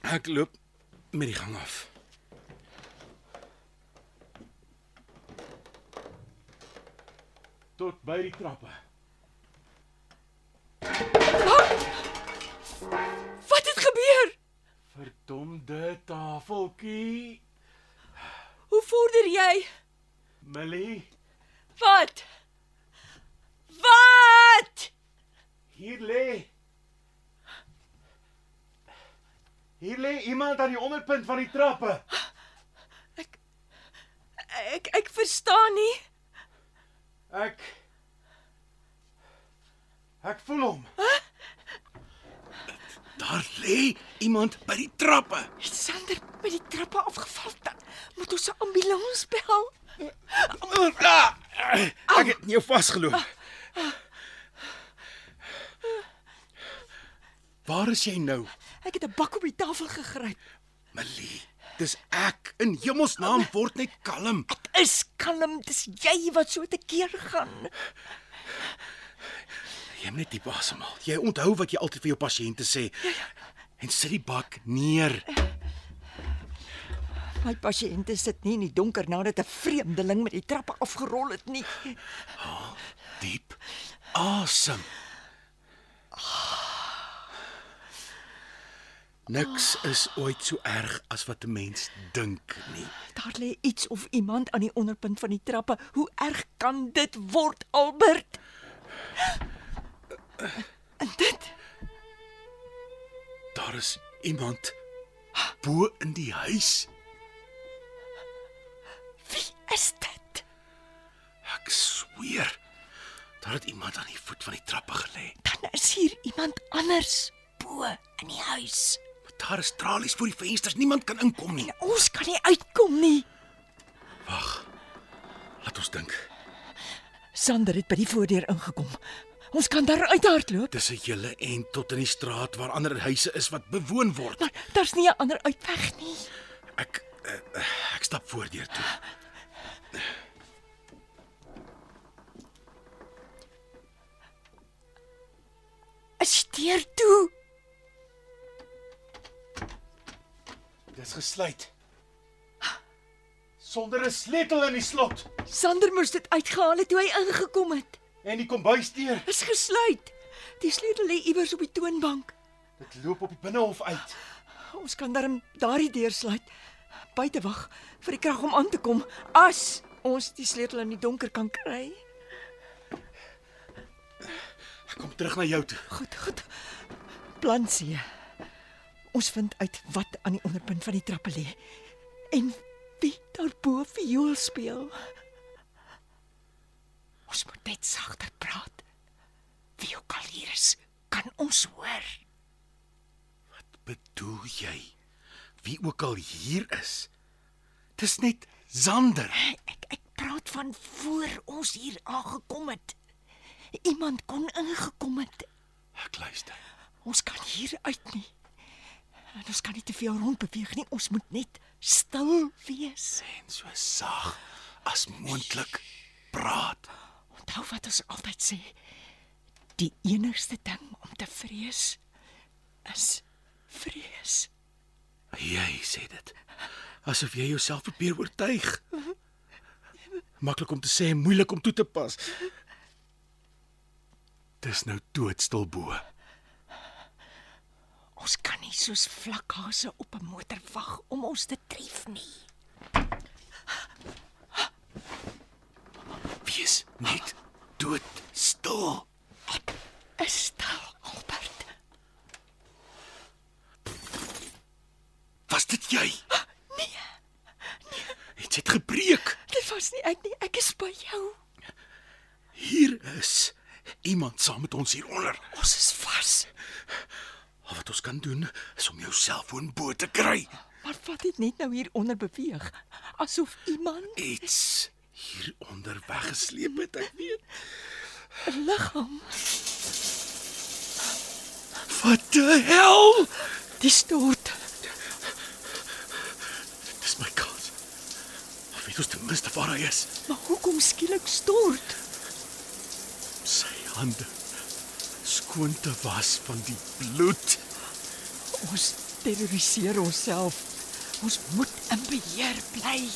[SPEAKER 3] Ek loop met die gang af. Tot by die trappe.
[SPEAKER 4] Wat het gebeur?
[SPEAKER 3] Verdomde tafeltjie.
[SPEAKER 4] Hoe vorder jy?
[SPEAKER 3] Millie,
[SPEAKER 4] Wat? Wat?
[SPEAKER 3] hier lê. Hier lê iemand aan die onderpunt van die trappe.
[SPEAKER 4] Ek ek verstaan nie.
[SPEAKER 3] Ek Ek voel hom. Daar lê iemand by die trappe.
[SPEAKER 4] Het Sander met die trappe afgeval dan? Moet ons 'n ambulans bel?
[SPEAKER 3] Ah, Ek het jou vasgeloop. Waar is jy nou,
[SPEAKER 4] Ek het 'n bak op die tafel gegryp.
[SPEAKER 3] Malie? Dis ek. In hemelsnaam word net kalm.
[SPEAKER 4] Is kalm, dis jy wat so te keer gaan.
[SPEAKER 3] Jy moet net diep asemhaal. Jy onthou wat jy altyd vir jou pasiënte sê. En sit die bak neer.
[SPEAKER 4] My pasiënte sit nie in die donker nadat 'n vreemdeling met die trappe afgerol het nie.
[SPEAKER 3] Diep asem. Niks is ooit so erg as wat 'n mens dink nie.
[SPEAKER 4] Daar lê iets of iemand aan die onderpunt van die trappe. Hoe erg kan dit word, Albert? En dit
[SPEAKER 3] Daar is iemand bo in die huis.
[SPEAKER 4] is dit.
[SPEAKER 3] Ek sweer. Daar het iemand aan die voet van die trappe gelê.
[SPEAKER 4] Dan is hier iemand anders bo in die huis.
[SPEAKER 3] Maar daar is tralies voor die vensters. Niemand kan inkom nie.
[SPEAKER 4] Ons kan nie uitkom nie.
[SPEAKER 3] Laat ons dink.
[SPEAKER 4] Sander het by die voordeur ingekom. Ons kan daar uithardloop,
[SPEAKER 3] Dis 'n hele end tot in die straat waar ander huise is wat bewoon word.
[SPEAKER 4] maar daar's nie 'n ander uitweg nie.
[SPEAKER 3] Ek eh, eh, ek stap voordeur toe.
[SPEAKER 4] Is steur toe.
[SPEAKER 3] Dis gesluit. Sonder 'n sleutel in die slot
[SPEAKER 4] Sander moes dit uitgehaal het toe hy ingekom het.
[SPEAKER 3] en die kombuisdeur.
[SPEAKER 4] Is gesluit. Die sleutel lê iewers op die toonbank.
[SPEAKER 3] Dit loop op die binnehof uit.
[SPEAKER 4] Ons kan darm daardie deur sluit. Buite wag vir die krag om aan te kom as ons die sleutel in die donker kan kry.
[SPEAKER 3] Ek kom terug na jou toe.
[SPEAKER 4] Goed, goed. Plan C. Ons vind uit wat aan die onderpunt van die trappe lê en wie daarbo viool speel. Ons moet net sagter praat. Wie ook al hier is, kan ons hoor.
[SPEAKER 3] Bedoel jy wie ook al hier is? Dis net Zander.
[SPEAKER 4] Ek ek praat van voor ons hier aangekom het. Iemand kon ingekom het.
[SPEAKER 3] Ek luister.
[SPEAKER 4] Ons kan hier uit nie. En ons kan nie te veel rondbeweeg nie. Ons moet net stil wees.
[SPEAKER 3] En so sag as moontlik praat.
[SPEAKER 4] Onthou wat ons altyd sê. Die enigste ding om te vrees is vrees.
[SPEAKER 3] Jy sê dit. Asof jy jouself probeer oortuig. Maklik om te sê, moeilik om toe te pas. Dis nou doodstil bo.
[SPEAKER 4] Ons kan nie soos vlakhase op 'n motor wag om ons te tref nie.
[SPEAKER 3] Wees net dood stil.
[SPEAKER 4] Is stil, Albert.
[SPEAKER 3] Was dit jy? Nee. Dit het gebreek.
[SPEAKER 4] Dit was nie ek nie. Ek is by jou.
[SPEAKER 3] Hier is iemand saam met ons hieronder.
[SPEAKER 4] Ons is vas.
[SPEAKER 3] Al wat ons kan doen is om jou selfoon bo te kry.
[SPEAKER 4] Maar wat het net nou hier onder beweeg? Asof iemand
[SPEAKER 3] Iets hieronder weggesleep het, ek weet.
[SPEAKER 4] 'n liggaam,
[SPEAKER 3] Wat die hel?
[SPEAKER 4] die stort.
[SPEAKER 3] Dis my kans. Of weet ons ten minste waar hy is?
[SPEAKER 4] Maar hoekom skielik stort?
[SPEAKER 3] Sy hande skoon te was van die bloed.
[SPEAKER 4] Ons terroriseer onsself. Ons moet in beheer bly.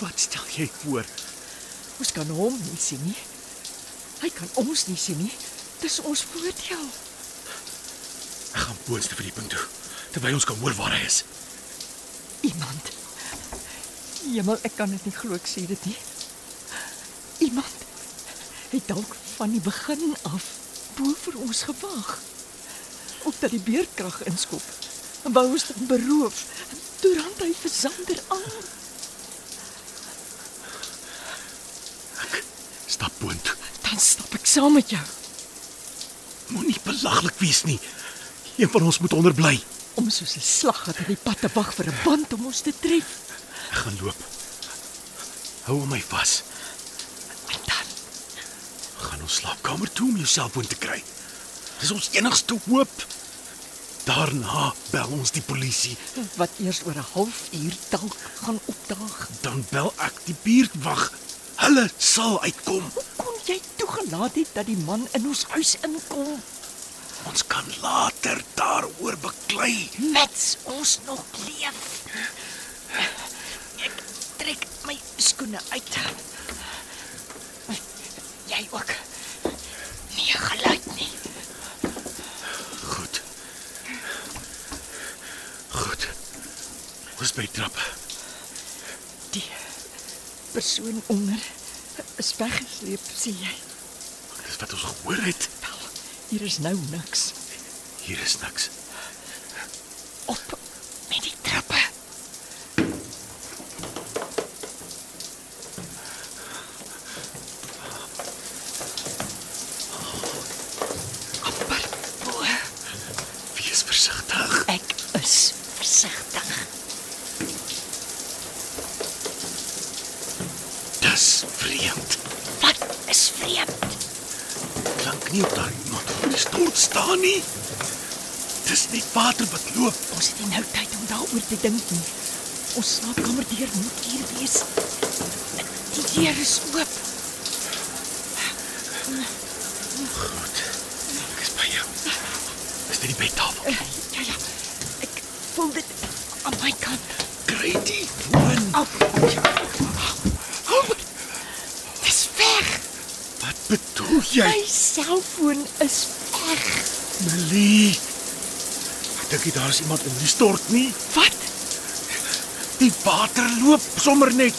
[SPEAKER 3] Wat stel jy voor?
[SPEAKER 4] Ons kan hom nie sien nie. Hy kan ons nie sien nie. Dis ons voordeel.
[SPEAKER 3] Ek gaan boonste verdieping toe terwyl ons kan hoor waar hy is.
[SPEAKER 4] Iemand. Hemel, ek kan dit nie glo ek sê dit nie. Iemand het dalk van die begin af bo vir ons gewag. Op dat die beerkrag inskop. En wou ons dit beroof. En toe rand hy versander aan.
[SPEAKER 3] Stap boontoe.
[SPEAKER 4] Dan stap ek saam met jou.
[SPEAKER 3] Moenie belaglik wees nie. Een van ons moet onderbly.
[SPEAKER 4] Om soos 'n slaggat op die pad te wag vir 'n band om ons te tref.
[SPEAKER 3] Ek gaan loop. Hou hom my vas.
[SPEAKER 4] En dan
[SPEAKER 3] Gaan ons slaapkamer toe om jou selfoon te kry. Dis ons enigste hoop. Daarna bel ons die polisie.
[SPEAKER 4] wat eers oor 'n halfuur dalk gaan opdaag.
[SPEAKER 3] Dan bel ek die buurtwag. Hulle sal uitkom.
[SPEAKER 4] Kon jy toegelaat het dat die man in ons huis inkom?
[SPEAKER 3] Ons kan later daaroor beklei.
[SPEAKER 4] Mits ons nog leef. Ek trek my skoene uit. Jy ook. Nie geluid nie.
[SPEAKER 3] Goed. Goed. Ons by die trappe.
[SPEAKER 4] Die persoon onder is weggesleep, sien jy?
[SPEAKER 3] Dis wat ons gehoor het.
[SPEAKER 4] Wel, hier is nou niks.
[SPEAKER 3] Hier is niks.
[SPEAKER 4] Op met die trappe. Amper bo.
[SPEAKER 3] Wees versigtig.
[SPEAKER 4] Ek is versigtig.
[SPEAKER 3] Dis vreemd.
[SPEAKER 4] Wat is vreemd?
[SPEAKER 3] Klink nie op daai iemand wat stort staan nie. Dis net water wat loop.
[SPEAKER 4] Ons het nie nou tyd om daaroor te dink nie. Ons slaapkamer deur moet hier wees. Die deur is oop.
[SPEAKER 3] Goed. Ek is by jou. Is dit die bedtafel?
[SPEAKER 4] Ja ja. Ek voel dit aan my kant.
[SPEAKER 3] Kry die foon.
[SPEAKER 4] Af. Albert. Dis weg.
[SPEAKER 3] Wat bedoel jy,
[SPEAKER 4] My selfoon is weg.
[SPEAKER 3] Melie? Ek dink nie daar is iemand in die stort nie.
[SPEAKER 4] Wat?
[SPEAKER 3] Die water loop sommer net.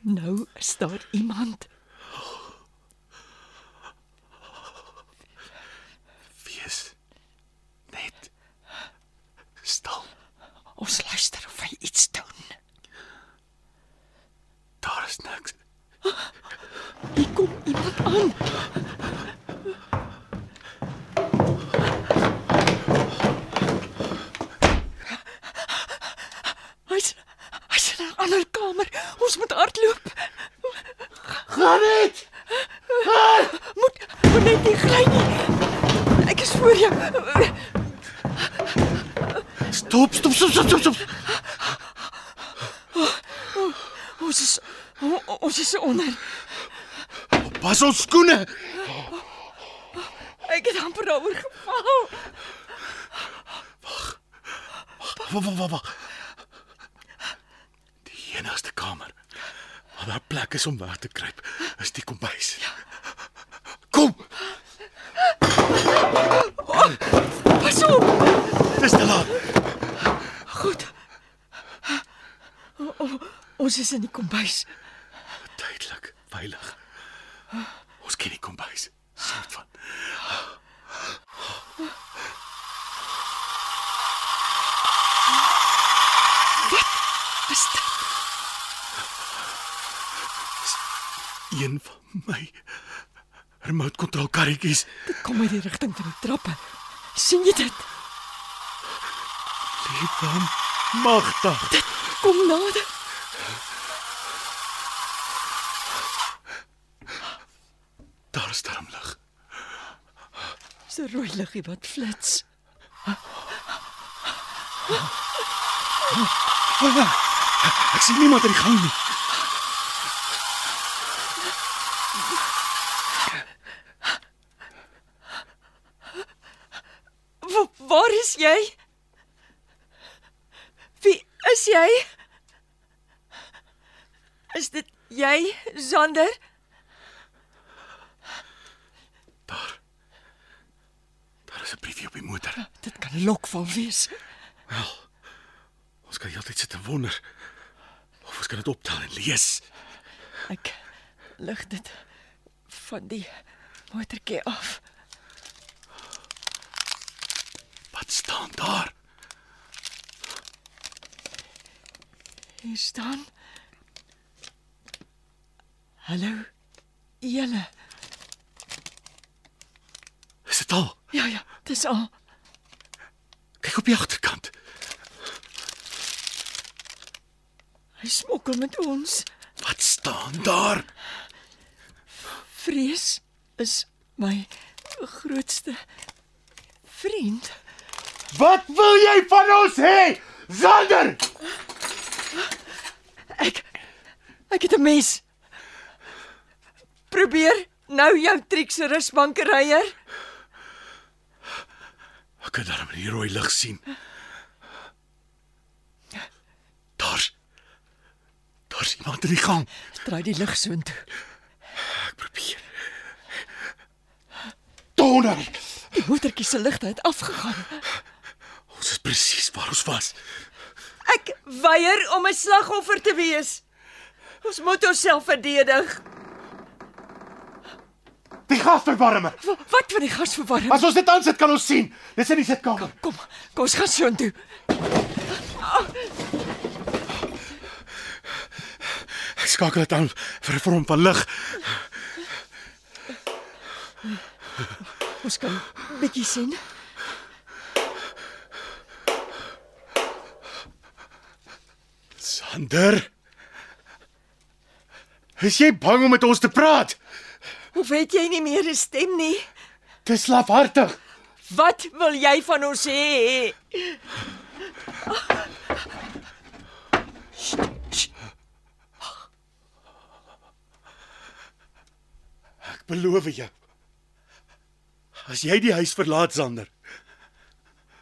[SPEAKER 4] Nou is daar iemand.
[SPEAKER 3] Wees net stil.
[SPEAKER 4] Ons luister of hy iets doen.
[SPEAKER 3] Daar is niks.
[SPEAKER 4] Hier kom iemand aan. Hy's hy's in 'n ander kamer. Ons moet hardloop.
[SPEAKER 3] Gaan net.
[SPEAKER 4] Moet moet net nie gly nie. Ek is voor jou.
[SPEAKER 3] Stop, stop, stop, stop, stop, stop.
[SPEAKER 4] Ons is o- ons is onder.
[SPEAKER 3] Pas ons skoene.
[SPEAKER 4] Ek het amper daaroor geval.
[SPEAKER 3] Wag, wag, wag, wag. Die enigste kamer waar daar plek is om weg te kruip, is die kombuis. Kom,
[SPEAKER 4] Pas op.
[SPEAKER 3] dis te laat.
[SPEAKER 4] Ons is in die kombuis.
[SPEAKER 3] Tydelik, veilig. Ons ken die kombuis. Sout van.
[SPEAKER 4] Is dit
[SPEAKER 3] Een van my remote kontrol karretjies
[SPEAKER 4] dit kom uit die rigting van die trappe? sien jy dit?
[SPEAKER 3] lê van magtig.
[SPEAKER 4] Kom nader.
[SPEAKER 3] Daar is darmlig.
[SPEAKER 4] Dis 'n rooi liggie wat flits.
[SPEAKER 3] Ek sien niemand in die gang nie.
[SPEAKER 4] Wa- Waar is jy? Wie is jy? Is dit jy, Zander?
[SPEAKER 3] Daar is 'n briefie op die motor.
[SPEAKER 4] Dit kan lokvol wees.
[SPEAKER 3] Ons kan heeltyd sit en wonder of ons kan dit optel en lees.
[SPEAKER 4] Ek lig dit van die motortjie af.
[SPEAKER 3] Wat staan daar?
[SPEAKER 4] Hier staan. Hallo. Julle.
[SPEAKER 3] Is dit al?
[SPEAKER 4] Ja ja, dis al.
[SPEAKER 3] Kyk op die agterkant.
[SPEAKER 4] Hy smokkel met ons.
[SPEAKER 3] Wat staan daar?
[SPEAKER 4] Vrees is my grootste vriend.
[SPEAKER 3] Wat wil jy van ons hê? Zander!
[SPEAKER 4] Ek ek het 'n mes. Probeer nou jou triekse rusbankeryer.
[SPEAKER 3] Ek kan darm die rooi lig sien. Daar's Daar's iemand in die gang.
[SPEAKER 4] Draai die lig so intoe.
[SPEAKER 3] Ek probeer. Donder!
[SPEAKER 4] Die moedertjie se ligte het afgegaan.
[SPEAKER 3] Ons is presies waar ons was.
[SPEAKER 4] Ek weier om 'n slagoffer te wees. Ons moet onsself verdedig.
[SPEAKER 3] Die gasverwarmer.
[SPEAKER 4] Wa- Wat van die gasverwarming?
[SPEAKER 3] As ons dit aan sit kan ons sien. Dis in die sitkamer.
[SPEAKER 4] Kom, kom ons gaan soontoe.
[SPEAKER 3] Ek skakel dit aan vir 'n vorm van lig.
[SPEAKER 4] Ons kan bietjie sien.
[SPEAKER 3] Sander. Is jy bang om met ons te praat?
[SPEAKER 4] Hoe weet jy nie meer 'n stem nie?
[SPEAKER 3] Dis slaphartig.
[SPEAKER 4] Wat wil jy van ons hê?
[SPEAKER 3] Ek beloof jou. As jy die huis verlaat, Sander,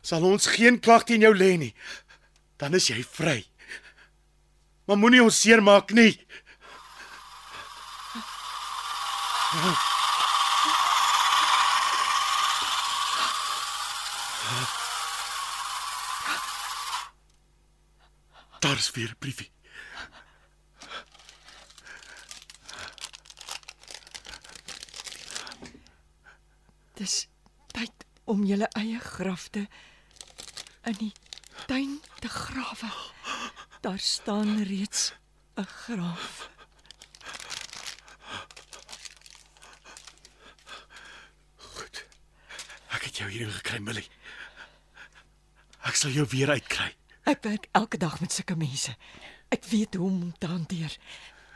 [SPEAKER 3] sal ons geen klag teen jou lê nie. Dan is jy vry. Maar moenie ons seermaak nie. Daar's weer 'n briefie.
[SPEAKER 4] Dis tyd om julle eie grafte in die tuin te grawe. Daar staan reeds 'n graf.
[SPEAKER 3] Goed. Ek het jou hierin gekry, Millie. Ek sal jou weer uitkry.
[SPEAKER 4] Ek werk elke dag met sulke mense. Ek weet hoe om hom te hanteer.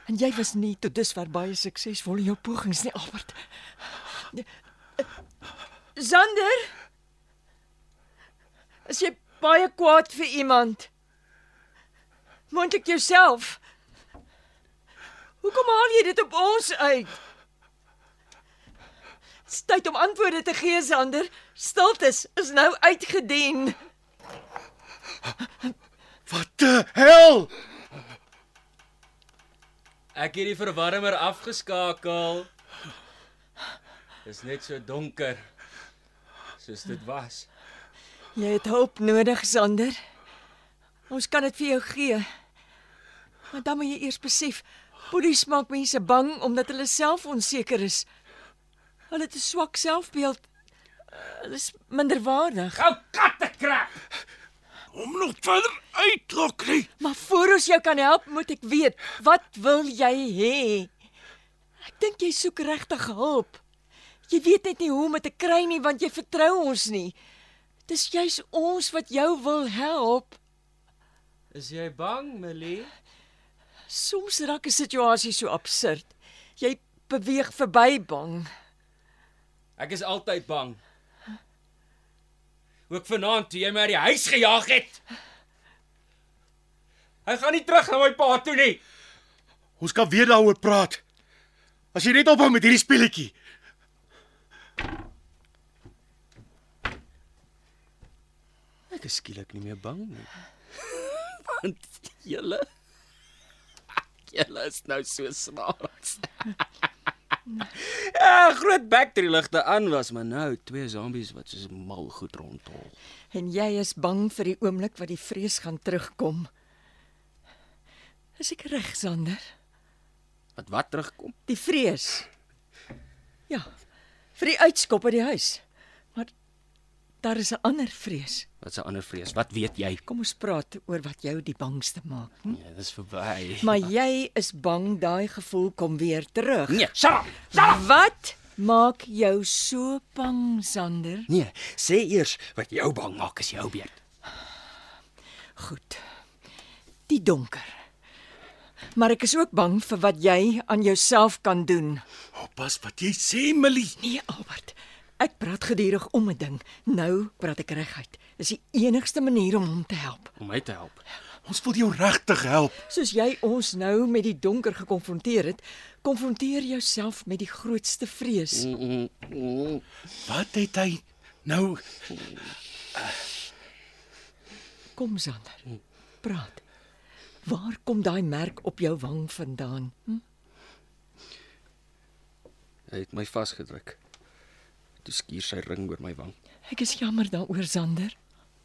[SPEAKER 4] En jy was nie tot dusver baie suksesvol in jou pogings nie, Albert. Eh, Zander, as jy baie kwaad vir iemand, moontlik jouself. Hoekom haal jy dit op ons uit? Dis tyd om antwoorde te gee, Zander. Stiltes is nou uitgedien.
[SPEAKER 3] Wat die hel?
[SPEAKER 5] Ek het die verwarmer afgeskakel. Dis net so donker soos dit was.
[SPEAKER 4] Jy het hulp nodig, Sander. Ons kan dit vir jou gee. Maar dan moet jy eers besef, polisie maak mense bang omdat hulle self onseker is. Hulle het 'n swak selfbeeld. Hulle is minderwaardig.
[SPEAKER 5] Gou katte krap.
[SPEAKER 3] Om nog verder uitlok nie.
[SPEAKER 4] Maar voor ons jou kan help, moet ek weet, wat wil jy hê? Ek dink jy soek regtig hulp. Jy weet net nie hoe om dit te kry nie want jy vertrou ons nie. Dis juis ons wat jou wil help.
[SPEAKER 5] Is jy bang, Millie?
[SPEAKER 4] Soms raak 'n situasie so absurd. Jy beweeg verby bang.
[SPEAKER 5] Ek is altyd bang. Ook vanaand toe jy my uit die huis gejaag het. Hy gaan nie terug na my pa toe nie.
[SPEAKER 3] Ons kan weer daaroor praat. As jy net ophou met hierdie speletjie.
[SPEAKER 5] Ek is skielik nie meer bang nie. [LAUGHS] Want julle [LAUGHS] julle is nou so snaaks. [LAUGHS] Ja, groot backtree ligte aan was, maar nou twee zombies wat soos mal goed rondhol.
[SPEAKER 4] En jy is bang vir die oomblik wat die vrees gaan terugkom. Is ek reg, Sander?
[SPEAKER 5] Wat wat terugkom?
[SPEAKER 4] Die vrees. Ja. Vir die uitskop uit die huis. Maar daar is 'n ander vrees.
[SPEAKER 5] Wat 'n ander vrees. Wat weet jy?
[SPEAKER 4] Kom ons praat oor wat jou die bangste maak. Hm?
[SPEAKER 5] Ja, dis verby.
[SPEAKER 4] Maar jy is bang daai gevoel kom weer terug.
[SPEAKER 5] Nee, shut up.
[SPEAKER 4] Wat maak jou so bang, Sander?
[SPEAKER 5] Nee, sê eers wat jou bang maak is jou beurt.
[SPEAKER 4] Goed. Die donker. Maar ek is ook bang vir wat jy aan jouself kan doen.
[SPEAKER 3] Oppas wat jy sê, Millie.
[SPEAKER 4] Nee, Albert. Ek praat gedurig om 'n ding. Nou praat ek reguit. Dis die enigste manier om hom te help.
[SPEAKER 5] Om my te help.
[SPEAKER 3] Ons wil jou regtig help.
[SPEAKER 4] Soos jy ons nou met die donker gekonfronteer het, konfronteer jouself met die grootste vrees.
[SPEAKER 3] Wat het hy nou
[SPEAKER 4] Kom Sander. Praat. Waar kom daai merk op jou wang vandaan? Hm?
[SPEAKER 5] Hy het my vasgedruk. Toe skuur sy ring oor my wang.
[SPEAKER 4] Ek is jammer daaroor, Sander.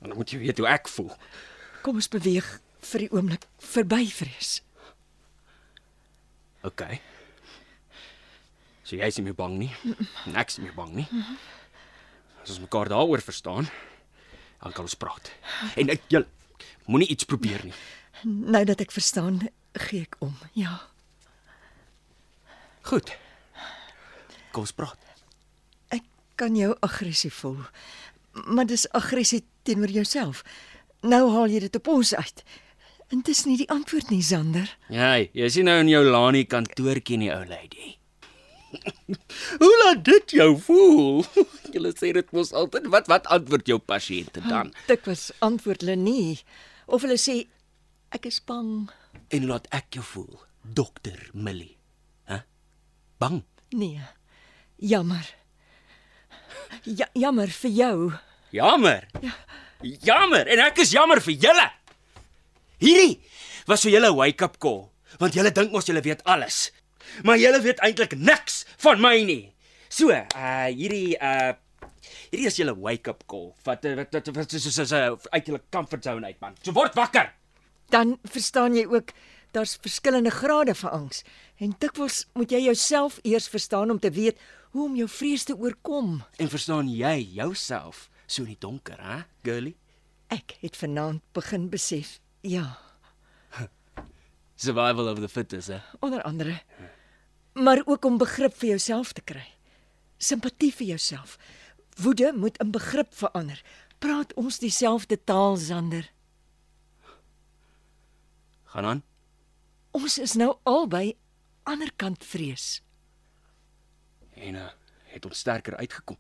[SPEAKER 5] En dan moet jy weet hoe ek voel.
[SPEAKER 4] Kom ons beweeg vir die oomblik verby vrees.
[SPEAKER 5] OK. So jy is nie meer bang nie. En ek is nie meer bang nie. As ons mekaar daaroor verstaan, dan kan ons praat. En ek jy moenie iets probeer nie.
[SPEAKER 4] Nou dat ek verstaan, gee ek om. Ja.
[SPEAKER 5] Goed. Kom ons praat.
[SPEAKER 4] Ek kan jou aggressie voel. Maar dis aggressie teenoor jouself. Nou haal jy dit op ons uit. En dis nie die antwoord nie, Sander.
[SPEAKER 5] Jy, jy is nie nou in jou Lani kantoortjie nie, ou lady. [LAUGHS] Hoe laat dit jou voel? [LAUGHS] Jy sê dit mos altyd wat wat antwoord jou pasiënte dan?
[SPEAKER 4] Dikwels antwoord hulle nie of hulle sê ek is bang.
[SPEAKER 5] En laat ek jou voel, dokter Millie. Hæ? Bang.
[SPEAKER 4] Nee. Jammer. Ja, jammer vir jou.
[SPEAKER 5] Jammer. Jammer en ek is jammer vir julle. Hierdie was vir julle 'n wake-up call, want julle dink mos julle weet alles. Maar julle weet eintlik niks van my nie. So, uh hierdie uh hierdie is julle wake-up call. Wat wat wat wat soos as 'n uit julle comfort zone uit man. So word wakker.
[SPEAKER 4] Dan verstaan jy ook daar's verskillende grade van angs en dikwels moet jy jouself eers verstaan om te weet hoe om jou vrees te oorkom.
[SPEAKER 5] En verstaan jy jouself so in die donker, hè, girlie?
[SPEAKER 4] Ek het vanaand begin besef. Ja,
[SPEAKER 5] Survival of the fittest, hè.
[SPEAKER 4] onder andere. Maar ook om begrip vir jouself te kry. Simpatie vir jouself. Woede moet in begrip verander. Praat ons dieselfde taal, Sander.
[SPEAKER 5] Gaan aan.
[SPEAKER 4] Ons is nou albei ander kant vrees.
[SPEAKER 5] En uh het ons sterker uitgekom.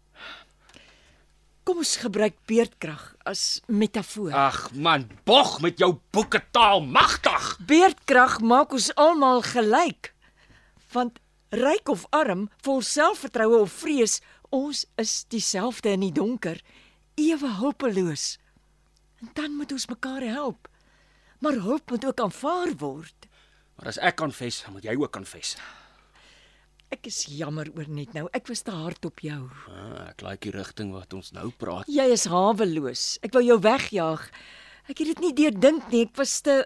[SPEAKER 4] Kom ons gebruik beerdkrag as metafoor.
[SPEAKER 5] Ag man, bog met jou boeke taal magtig.
[SPEAKER 4] Beerdkrag maak ons almal gelyk. Want ryk of arm, vol selfvertroue of vrees, ons is dieselfde in die donker, ewe hulpeloos. En dan moet ons mekaar help. Maar hulp moet ook aanvaar word.
[SPEAKER 5] Maar as ek konfess, dan moet jy ook konfess.
[SPEAKER 4] Ek is jammer oor net nou. Ek was te hard op jou.
[SPEAKER 5] Ah, ek like die rigting wat ons nou praat.
[SPEAKER 4] Jy is haweloos. Ek wou jou wegjaag. Ek het dit nie deurdink nie. Ek was te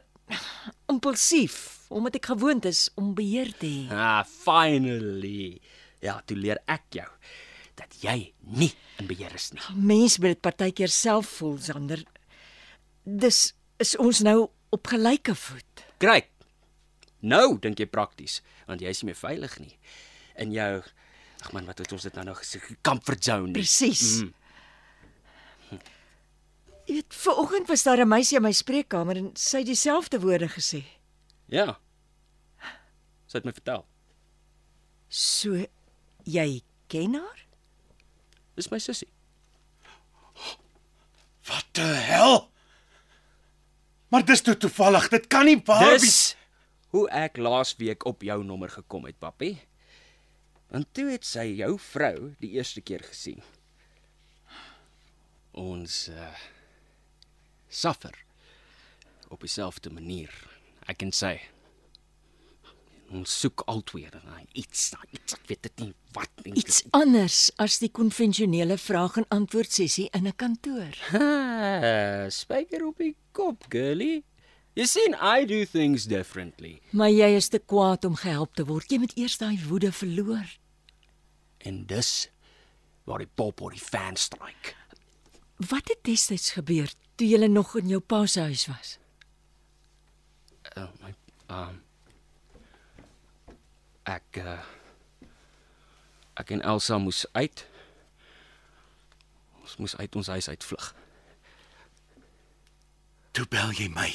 [SPEAKER 4] impulsief omdat ek gewoond is om beheer te hê.
[SPEAKER 5] Ah, finally. Ja, toe leer ek jou dat jy nie in beheer is nie.
[SPEAKER 4] Mens moet dit partykeer self voel, Sander. Dis is ons nou op gelyke voet.
[SPEAKER 5] Kryk. Nou dink jy prakties, want jy is nie meer veilig nie. In jou Ag man, wat het ons dit nou nou gesê? Comfort zone. nie.
[SPEAKER 4] Presies. Mm. Jy weet, vanoggend was daar 'n meisie in my spreekkamer en sy het dieselfde woorde gesê.
[SPEAKER 5] Ja. Sy het my vertel.
[SPEAKER 4] So jy ken haar?
[SPEAKER 5] Dis my sussie.
[SPEAKER 3] Wat die hel? Maar dis toe toevallig. Dit kan nie waar wees.
[SPEAKER 5] Dis hoe ek laas week op jou nommer gekom het, papie. Want toe het sy jou vrou die eerste keer gesien. Ons uh suffer op dieselfde manier. Ek en sy. Ons soek altyd na iets, na iets, ek weet dit nie wat nie. [LAUGHS]
[SPEAKER 4] Iets anders as die konvensionele vraag en antwoord sessie in 'n kantoor.
[SPEAKER 5] Ha, Ah, spyker op die kop, girlie. You seen I do things differently.
[SPEAKER 4] Maar jy is te kwaad om gehelp te word. Jy moet eers daai woede verloor.
[SPEAKER 5] En dis waar die pop oor die fan stryk.
[SPEAKER 4] Wat het destyds gebeur toe jy nog in jou pa se huis was?
[SPEAKER 5] Oh my um ek uh, ek en Elsa moes uit. Ons moes uit ons huis uitvlug.
[SPEAKER 3] Toe bel jy my.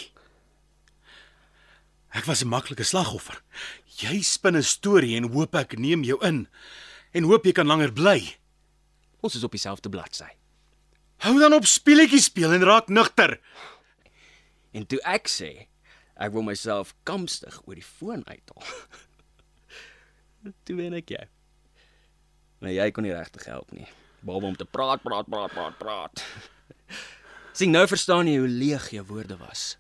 [SPEAKER 3] Ek was 'n maklike slagoffer. Jy spin 'n storie en hoop ek neem jou in en hoop jy kan langer bly.
[SPEAKER 5] Ons is op dieselfde bladsy.
[SPEAKER 3] Hou dan op speletjies speel en raak nugter.
[SPEAKER 5] En toe ek sê ek wil myself kamstig oor die foon uithaal. [LAUGHS] toe wen ek jou. Maar jy kon nie regtig help nie. Behalwe om te praat, praat, praat, praat, praat. [LAUGHS] Sien nou verstaan jy hoe leeg jou woorde was.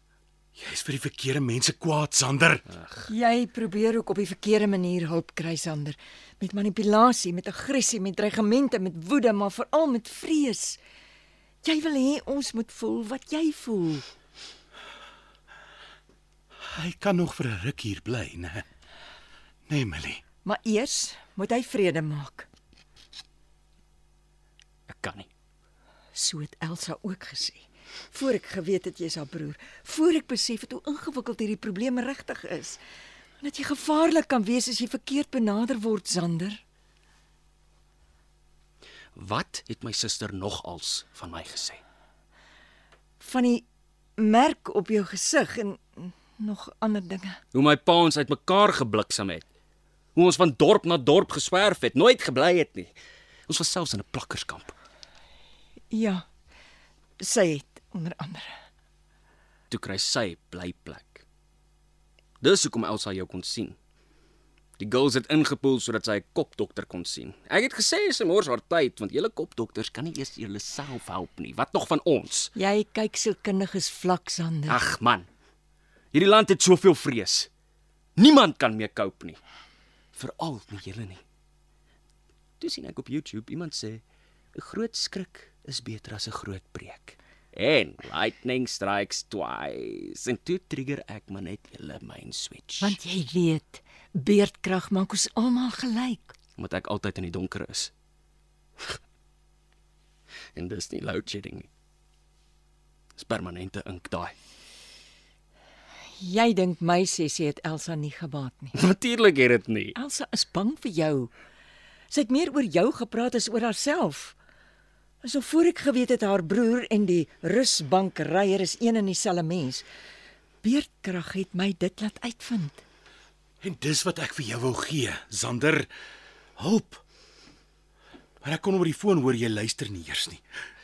[SPEAKER 3] Jy's vir die verkeerde mense kwaad, Sander.
[SPEAKER 4] Jy probeer ook op die verkeerde manier hulp kry, Sander, met manipulasie, met aggressie, met dreigemente, met woede, maar veral met vrees. Jy wil hê ons moet voel wat jy voel.
[SPEAKER 3] Hy kan nog vir 'n ruk hier bly, né? Nee, Millie.
[SPEAKER 4] Maar eers moet hy vrede maak.
[SPEAKER 5] Ek kan nie.
[SPEAKER 4] So het Elsa ook gesê. Voor ek geweet het jy's haar broer, voor ek besef het hoe ingewikkeld hierdie probleem regtig is. En dat jy gevaarlik kan wees as jy verkeerd benader word, Sander.
[SPEAKER 5] Wat het my suster nogals van my gesê?
[SPEAKER 4] Van die merk op jou gesig en nog ander dinge.
[SPEAKER 5] Hoe my pa ons uitmekaar gebliksem het. Hoe ons van dorp na dorp geswerf het, nooit gebly het nie. Ons was selfs in 'n plakkerskamp.
[SPEAKER 4] Ja. Sy het onder andere.
[SPEAKER 5] Toe kry sy blyplek. Dis hoekom Elsa jou kon sien. Die girls het ingepoel sodat sy 'n kopdokter kon sien. Ek het gesê sy mors haar tyd want julle kopdokters kan nie eers julle self help nie. Wat nog van ons?
[SPEAKER 4] Jy kyk sielkundiges vlak, Sander.
[SPEAKER 5] Ag man. Hierdie land het soveel vrees. Niemand kan mee cope nie. Veral nie julle nie. Toe sien ek op YouTube iemand sê 'n groot skrik is beter as 'n groot preek. En lightning strikes twice. En toe trigger ek maar net julle myn switch.
[SPEAKER 4] Want jy weet, beerdkrag maak ons almal gelyk.
[SPEAKER 5] omdat ek altyd in die donker is. [LAUGHS] en dis nie load shedding nie. Dis permanente ink daai. [LAUGHS]
[SPEAKER 4] Jy dink my sessie het Elsa nie gebaat nie.
[SPEAKER 5] Natuurlik het dit nie.
[SPEAKER 4] Elsa is bang vir jou. Sy het meer oor jou gepraat as oor haarself. Asof voor ek geweet het haar broer en die rusbankryer is een en dieselfde mens. Beerdkrag het my dit laat uitvind.
[SPEAKER 3] En dis wat ek vir jou wou gee, Sander. Hulp. Maar ek kon oor die foon hoor jy luister nie eers nie.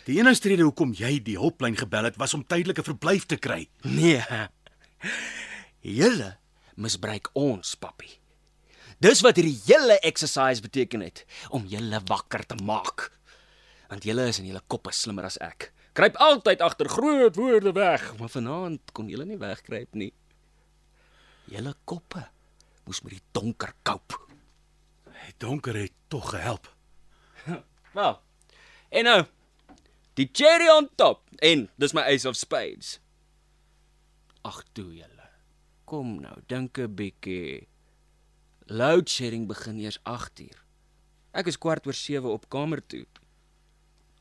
[SPEAKER 3] Die enigste rede hoekom jy die hulplyn gebel het, was om tydelike verblyf te kry.
[SPEAKER 5] [LAUGHS] Nee. Julle misbruik ons, papi. Dis wat hierdie hele exercise beteken het om julle wakker te maak. Want julle is in julle koppe slimmer as ek. Kruip altyd agter groot woorde weg, maar vanaand kon julle nie wegkruip nie. Julle koppe moes met die donker koop.
[SPEAKER 3] Die donker het tog gehelp.
[SPEAKER 5] Wel. En nou die cherry on top en dis my ace of spades. Ag toe julle. Kom nou, dink 'n bietjie. Load shedding begin eers 8uur. Ek is kwart oor 7 op kamer toe.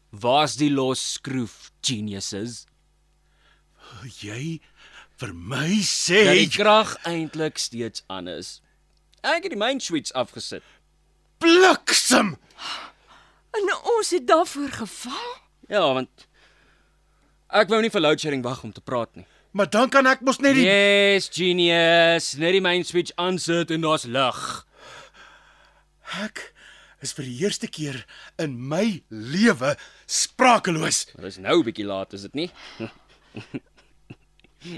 [SPEAKER 5] Waar's die los skroef, geniuses?
[SPEAKER 3] Jy vir my
[SPEAKER 5] Dat
[SPEAKER 3] sê
[SPEAKER 5] die krag eintlik steeds aan is. Ek het die main switch afgesit.
[SPEAKER 3] bliksem.
[SPEAKER 4] En ons het daarvoor geval.
[SPEAKER 5] Ja, want ek wou nie vir load shedding wag om te praat nie.
[SPEAKER 3] Maar dan kan ek mos net die
[SPEAKER 5] Yes, genius. Net die main switch aansit en daar's lig.
[SPEAKER 3] Ek is vir die eerste keer in my lewe sprakeloos.
[SPEAKER 5] Dit is nou 'n bietjie laat, is dit nie?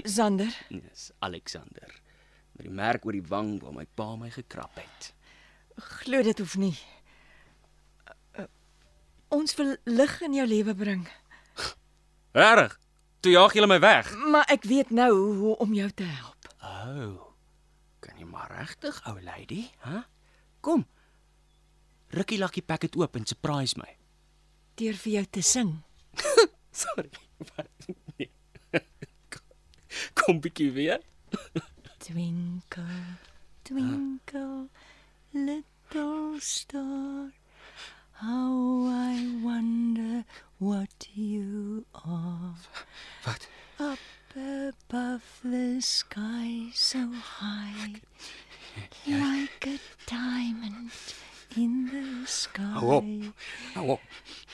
[SPEAKER 4] Zander,
[SPEAKER 5] Dis Alexander. Met die merk oor die wang waar my pa my gekrap het.
[SPEAKER 4] glo dit hoef nie. Uh, Ons wil lig in jou lewe bring,
[SPEAKER 5] Regtig? Toe jaag julle my weg.
[SPEAKER 4] maar ek weet nou hoe om jou te help.
[SPEAKER 5] Ou. Oh. Kan jy maar regtig, ou lady, hè? Kom. Rukkie lakkie pak dit oop en surprise my.
[SPEAKER 4] Deur vir jou te sing.
[SPEAKER 5] Sorry. Wat? Nee. Kom bietjie weer.
[SPEAKER 4] Twinkle, twinkle, little star, how I wonder what you are.
[SPEAKER 5] Wat?
[SPEAKER 4] Up above the sky so high, [LAUGHS] like a diamond in the sky.
[SPEAKER 5] Hou op.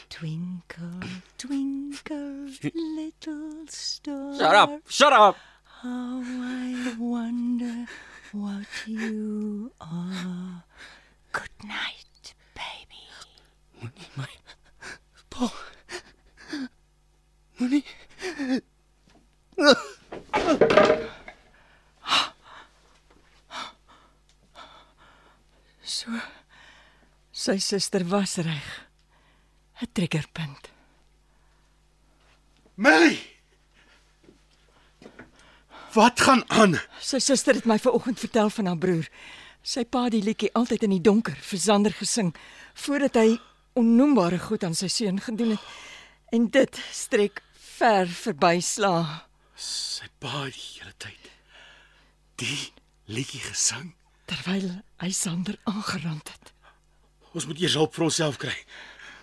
[SPEAKER 4] Twinkle, twinkle, little star.
[SPEAKER 5] Shut up. Shut up.
[SPEAKER 4] How I wonder what you are. Good night, baby.
[SPEAKER 5] My pa. Moenie.
[SPEAKER 4] So sy suster was reg. 'n Triggerpunt.
[SPEAKER 3] Millie. Wat gaan aan?
[SPEAKER 4] Sy suster het my vanoggend vertel van haar broer. Sy pa het die liedjie altyd in die donker vir Sander gesing voordat hy onnoembare goed aan sy seun gedoen het. En dit strek ver verby sla.
[SPEAKER 3] Sy pa het die hele tyd die liedjie gesing.
[SPEAKER 4] terwyl hy Sander aangerand het.
[SPEAKER 3] Ons moet eers hulp vir onsself kry.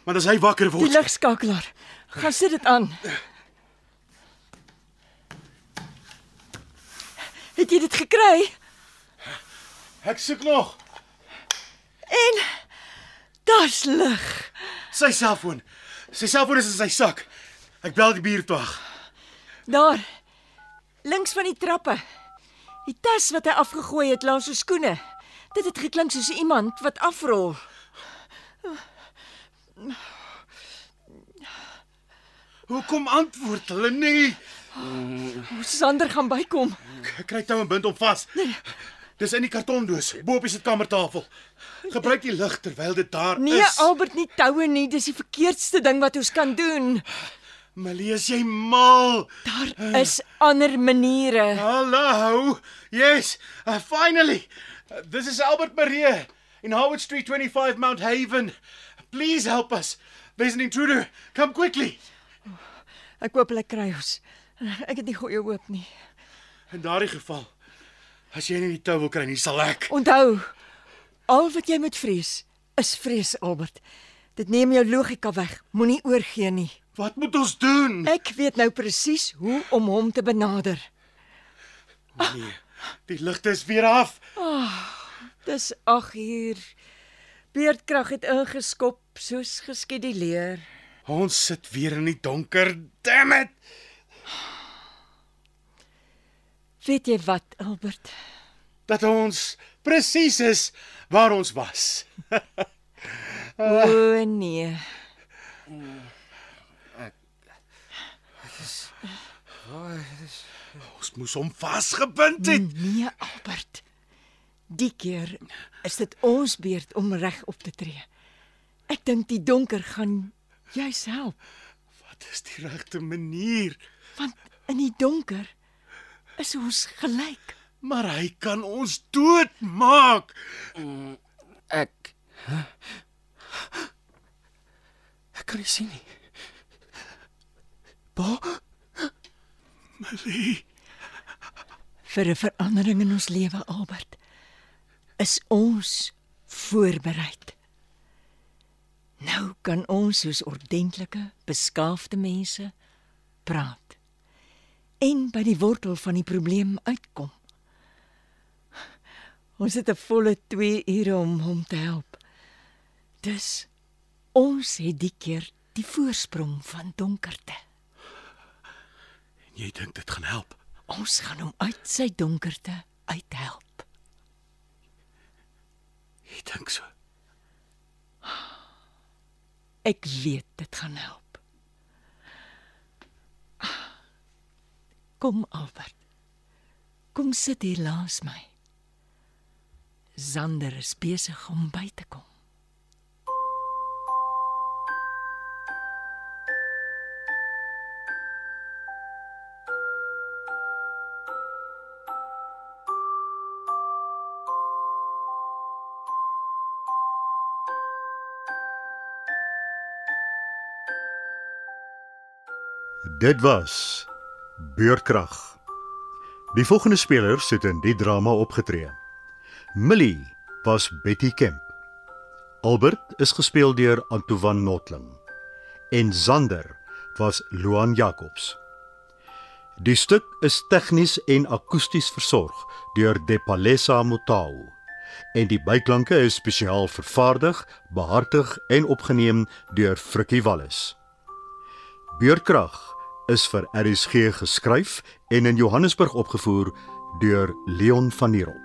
[SPEAKER 3] Want as hy wakker
[SPEAKER 4] Die
[SPEAKER 3] word,
[SPEAKER 4] ligskakelaar. Gaan sit dit aan. Het jy dit gekry?
[SPEAKER 3] ek soek nog
[SPEAKER 4] Daar's lig.
[SPEAKER 3] sy selfoon. Sy selfoon is in sy sak. Ek bel die buurtwag.
[SPEAKER 4] Daar. Links van die trappe. Die tas wat hy afgegooi het langs sy skoene. Dit het geklink soos iemand wat afrol.
[SPEAKER 3] Hoekom antwoord hulle nie?
[SPEAKER 4] Sander gaan bykom.
[SPEAKER 3] Ek kry tou en bind hom vas. Dis in die kartondoos bo op die sitkamertafel. Gebruik die lig terwyl dit daar
[SPEAKER 4] Nee,
[SPEAKER 3] is.
[SPEAKER 4] Albert, nie toue nie. Dis die verkeerdste ding wat ons kan doen.
[SPEAKER 3] Malie, is jy mal?
[SPEAKER 4] Daar is ander maniere.
[SPEAKER 3] Hallo. Yes, uh, finally. Uh, this is Albert Marie in Howard Street 25 Mount Haven. Please help us. There's an intruder. Come quickly.
[SPEAKER 4] Ek hoop hulle kry ons. Ek het nie goeie hoop nie.
[SPEAKER 3] In daardie geval, as jy nie die tou wil kry nie, sal ek.
[SPEAKER 4] Onthou, al wat jy moet vrees is vrees, Albert. Dit neem jou logika weg. Moenie oorgee nie.
[SPEAKER 3] Wat moet ons doen?
[SPEAKER 4] Ek weet nou presies hoe om hom te benader.
[SPEAKER 3] Nee. Die ligte is weer af.
[SPEAKER 4] Dis 8 uur. Beerdkrag het ingeskop soos geskeduleer.
[SPEAKER 3] Ons sit weer in die donker. Damn it.
[SPEAKER 4] Weet jy wat, Albert?
[SPEAKER 3] Dat ons presies is waar ons was.
[SPEAKER 4] O oh, nee.
[SPEAKER 3] Ons moes hom vasgebind
[SPEAKER 5] Mm.
[SPEAKER 3] het.
[SPEAKER 4] Nee, Albert. Die keer is dit ons beurt om reg op te tree. Ek dink die donker gaan juis help.
[SPEAKER 3] Wat is die regte manier?
[SPEAKER 4] Want in die donker is ons gelyk.
[SPEAKER 3] Maar hy kan ons doodmaak.
[SPEAKER 5] Ek Ek kan nie sien nie. Pa,
[SPEAKER 3] Marie,
[SPEAKER 4] vir 'n verandering in ons lewe, Albert, is ons voorbereid. Nou kan ons soos ordentlike, beskaafde mense praat en by die wortel van die probleem uitkom. Ons het 'n volle 2 ure om hom te help. Dus ons het die keer die voorsprong van donkerte.
[SPEAKER 3] En jy dink dit gaan help.
[SPEAKER 4] Ons gaan hom uit sy donkerte uithelp.
[SPEAKER 3] Ek dink so.
[SPEAKER 4] Ek weet dit gaan help. Ah, Kom Albert. Kom sit hier langs my. Zander is besig om by te kom.
[SPEAKER 2] Dit was Beurkrag. Die volgende spelers het in die drama opgetree. Millie was Betty Kemp. Albert is gespeel deur Antoine Notling en Zander was Luan Jacobs. Die stuk is tegnies en akoesties versorg deur Depalesa Motau en die byklanke is spesiaal vervaardig, behartig en opgeneem deur Frikkie Wallis. Beurkrag is vir RSG geskryf en in Johannesburg opgevoer deur Leon van der Merwe.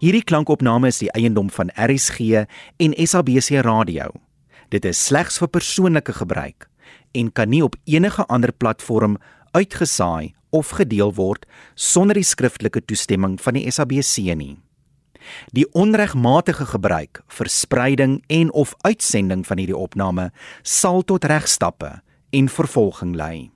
[SPEAKER 1] Hierdie klankopname is die eiendom van RSG en SABC Radio. Dit is slegs vir persoonlike gebruik en kan nie op enige ander platform uitgesaai of gedeel word sonder die skriftelike toestemming van die SABC nie. Die onregmatige gebruik, verspreiding en of uitsending van hierdie opname sal tot regstappe en vervolging lei.